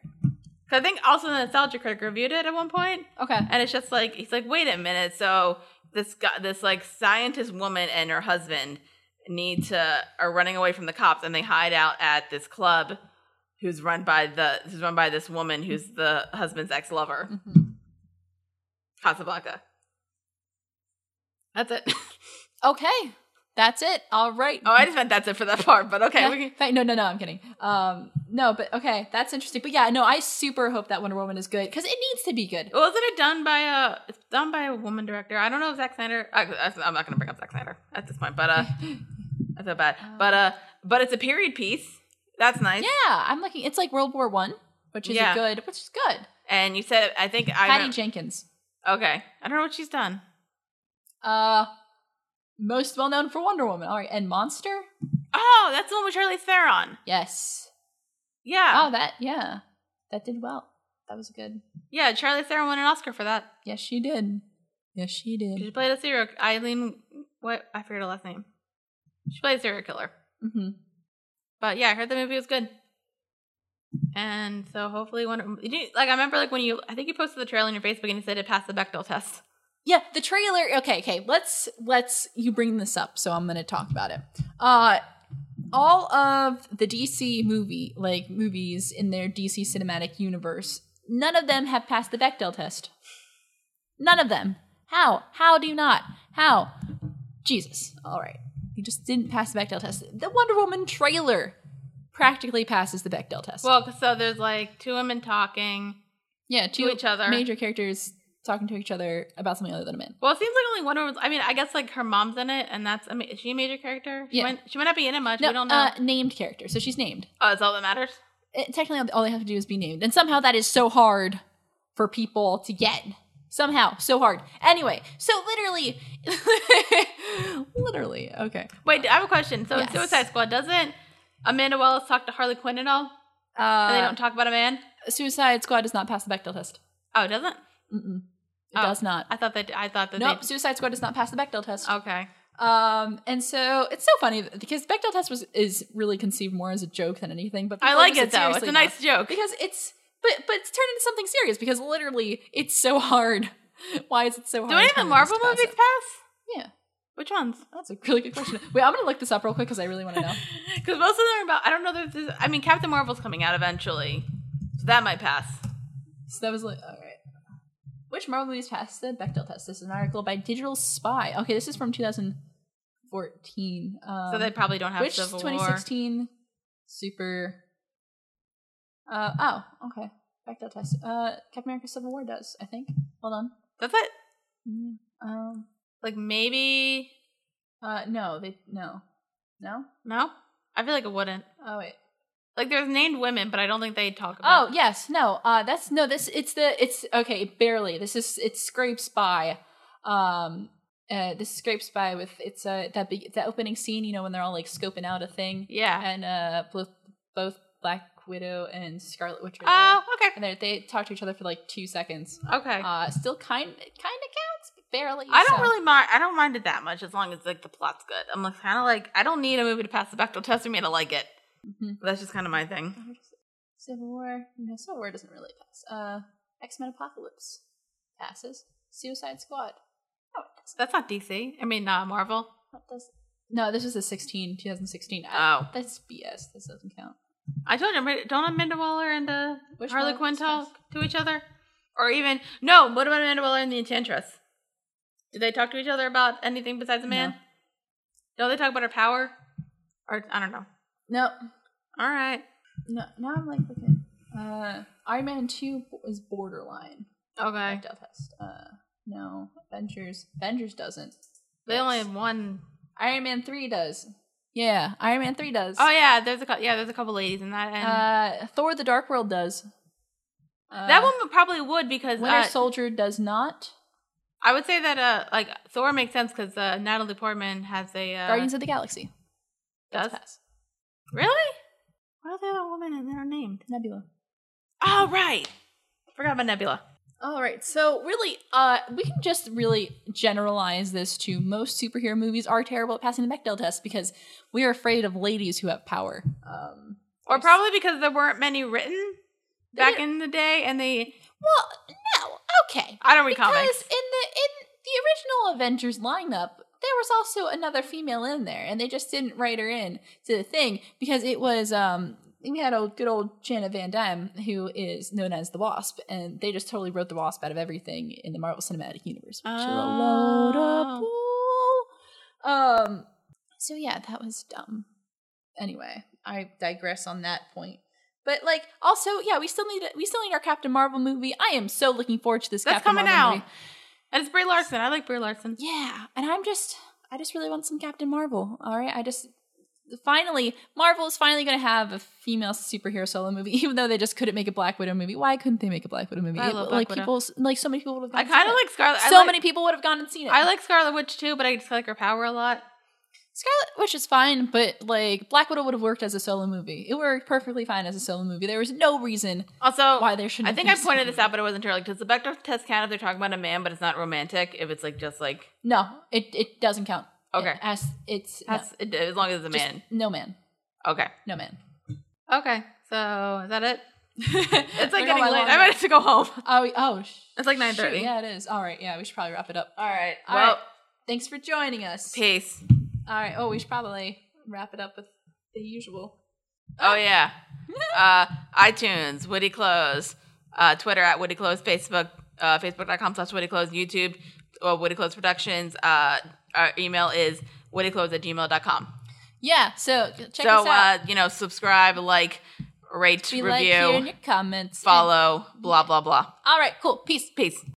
'Cause I think also the nostalgia critic reviewed it at one point, Okay. and it's just like he's like, wait a minute, so this guy, this like scientist woman and her husband need to are running away from the cops, and they hide out at this club, who's run by the who's run by this woman who's the husband's ex lover, Mhm. Casablanca. That's it. Okay. That's it. All right. oh, I just meant that's it for that part, but okay, Yeah, we can. fa- no, no, no. I'm kidding. Um, no, but okay, that's interesting. But yeah, no, I super hope that Wonder Woman is good because it needs to be good. Well, isn't it done by a? It's done by a woman director. I don't know if Zack Snyder. I, I'm not going to bring up Zack Snyder at this point, but uh, I feel bad. But uh, but it's a period piece. That's nice. Yeah, I'm looking. It's like World War One, which is Yeah. a good, which is good. And you said I think I. Patty rem- Jenkins, okay, I don't know what she's done. uh, most well known for Wonder Woman. All right, and Monster. Oh, that's the one with Charlize Theron. Yes. Yeah, Oh, that yeah, that did well. That was good. yeah. Charlize Theron won an Oscar for that. Yes, she did. Yes, she She did. played a serial. Eileen. What I forget her last name. She played a serial killer. hmm But yeah, I heard the movie was good. And so hopefully one you didn't- like I remember like when you I think you posted the trailer on your Facebook and you said it passed the Bechdel test. Yeah, the trailer. Okay, okay. Let's let's you bring this up, so I'm going to talk about it. Uh all of the DC movie like movies in their DC cinematic universe, none of them have passed the Bechdel test. None of them. How? How do you not? How? Jesus. All right. You just didn't pass the Bechdel test. The Wonder Woman trailer practically passes the Bechdel test. Well, 'cause- so there's like two women talking yeah, to each other. major characters talking to each other about something other than a man. Well, it seems like only one woman's. I mean, I guess like her mom's in it, and that's. I mean, is she a major character? She Yeah. Might, she might not be in it much. No, we don't know. Uh, named character. So she's named. oh, that's all that matters. it, eh, technically all they have to do is be named and somehow that is so hard for people to get somehow so hard anyway so literally literally okay Wait, I have a question. So Yes. in Suicide Squad, doesn't Amanda Wallace talk to Harley Quinn at all? and they uh, don't talk about a man. suicide squad does not pass the bechdel test Oh, it doesn't. Mm-mm. it Oh, does not I thought that. I Oh. thought that. nope suicide squad does not pass the bechdel test They, okay. um and so it's so funny th- because the bechdel test was is really conceived more as a joke than anything but I people like use it though. It's seriously a now. nice joke. because it's but but it's turned into something serious because literally it's so hard why is it so hard Do any of for the movies Marvel to pass movies it? pass? Yeah. Which ones? That's a really good question. Wait, I'm gonna look this up real quick because I really want to know. Because most of them are about. I don't know. If this, I mean, Captain Marvel's coming out eventually, so that might pass. so that was like, all right. Which Marvel movies passed the Bechdel test? This is an article by Digital Spy. Okay, this is from 2014. Um, so they probably don't have which Civil 2016 super. Uh, oh, okay. Bechdel test. Uh, Captain America: Civil War does, I think. Hold on. War. That's it. Mm, Um, Like maybe uh, no, they no, no. no. I feel like it wouldn't. Oh wait. Like there's named women, but I don't think they talk about. Oh yes, no. Uh, that's no. This it's the it's okay. Barely. This is it scrapes by. Um, uh, this scrapes by with it's uh that big that opening scene, you know, when they're all like scoping out a thing, Yeah. and uh both both Black Widow and Scarlet Witch are there, Oh, okay. and they're- they talk to each other for like two seconds. Okay. Uh, still kind kind of counts, but barely. I don't so- really mind. I don't mind it that much as long as like the plot's good. I'm like, kind of like I don't need a movie to pass the Bechdel test for me to like it. Mhm. That's just kind of my thing. Civil War, no, Civil War doesn't really pass. Uh, X Men Apocalypse passes. Suicide Squad. Oh, it doesn't. That's not DC. I mean, uh, Marvel. What does? No, this was the 16, 2016. I- Oh, That's BS. This doesn't count. I told you, I'm ready- don't Amanda Waller and uh, Which Harley one Quinn was best? talk to each other, or even no. What about Amanda Waller and the Enchantress? Did they talk to each other about anything besides a man? No, they talk about her power, or I don't know. No, All right. no. Now I'm like looking. Uh, Iron Man 2 is borderline. Okay. Bechdel test. Uh, no, Avengers. Avengers doesn't. They Yes. only have one Iron Man 3 does. Yeah, Iron Man 3 does. Oh yeah, there's a cou- yeah, there's a couple ladies in that. And Uh, Thor: The Dark World does. Uh, that one would- probably would because Winter uh, Soldier does not. I would say that uh like Thor makes sense because uh, Natalie Portman has a uh, Guardians of the Galaxy does pass. really. What are the other women in there named? Nebula. Oh right, forgot about Nebula. All right, so really, uh, we can just really generalize this to most superhero movies are terrible at passing the Bechdel test because we are afraid of ladies who have power. Um, Or there's- probably because there weren't many written They back didn't- in the day, and they Well, no, okay, I don't read because comics. in the in the original Avengers lineup, there was also another female in there, and they just didn't write her in to the thing because it was um we had a good old Janet Van Dyne who is known as the Wasp, and they just totally wrote the Wasp out of everything in the Marvel Cinematic Universe, which is a Oh. load of bull. Um, so yeah, that was dumb. Anyway, I digress on that point. But like, also, yeah, we still need we still need our Captain Marvel movie. I am so looking forward to this. That's Captain coming Marvel out. movie. And it's Brie Larson. I like Brie Larson. Yeah, and I'm just I just really want some Captain Marvel. All right, I just finally Marvel is finally going to have a female superhero solo movie, even though they just couldn't make a Black Widow movie. Why couldn't they make a Black Widow movie? I love Black like Widow. people, like so many people would have. I gone and kind seen of it. like Scarlet. I so like- many people would have gone and seen it. I like Scarlet Witch too, but I just like her power a lot. Scarlet Witch is fine, but like Black Widow would have worked as a solo movie. It worked perfectly fine as a solo movie. There was no reason Also, why there shouldn't. I have think been I a solo pointed this movie. out, but I wasn't sure. Like, does the Bechdel test count if they're talking about a man, but it's not romantic? If it's like just like No, it it doesn't count. okay, It- as it's no. That's, it, as long as it's a Just man. no man, Okay, no man. okay. So is that it? It's We're like going getting by late. long I run. might have to go home. Oh, oh, sh- It's like shoot, 9:30. Yeah, it is. All right, yeah, we should probably wrap it up. All right. All well, right. Thanks for joining us. peace. All right. Oh, we should probably wrap it up with the usual. Oh yeah. Uh, iTunes, Woody Close, uh, Twitter at Woody Close, Facebook, uh, Facebook.com slash Woody Close, YouTube, uh, Woody Close Productions. Uh, our email is woodyclose at gmail.com. Yeah. So check so us out. Uh, you know, subscribe, like, rate, we review, like hearing your comments. follow, blah blah blah. All right. Cool. Peace. Peace.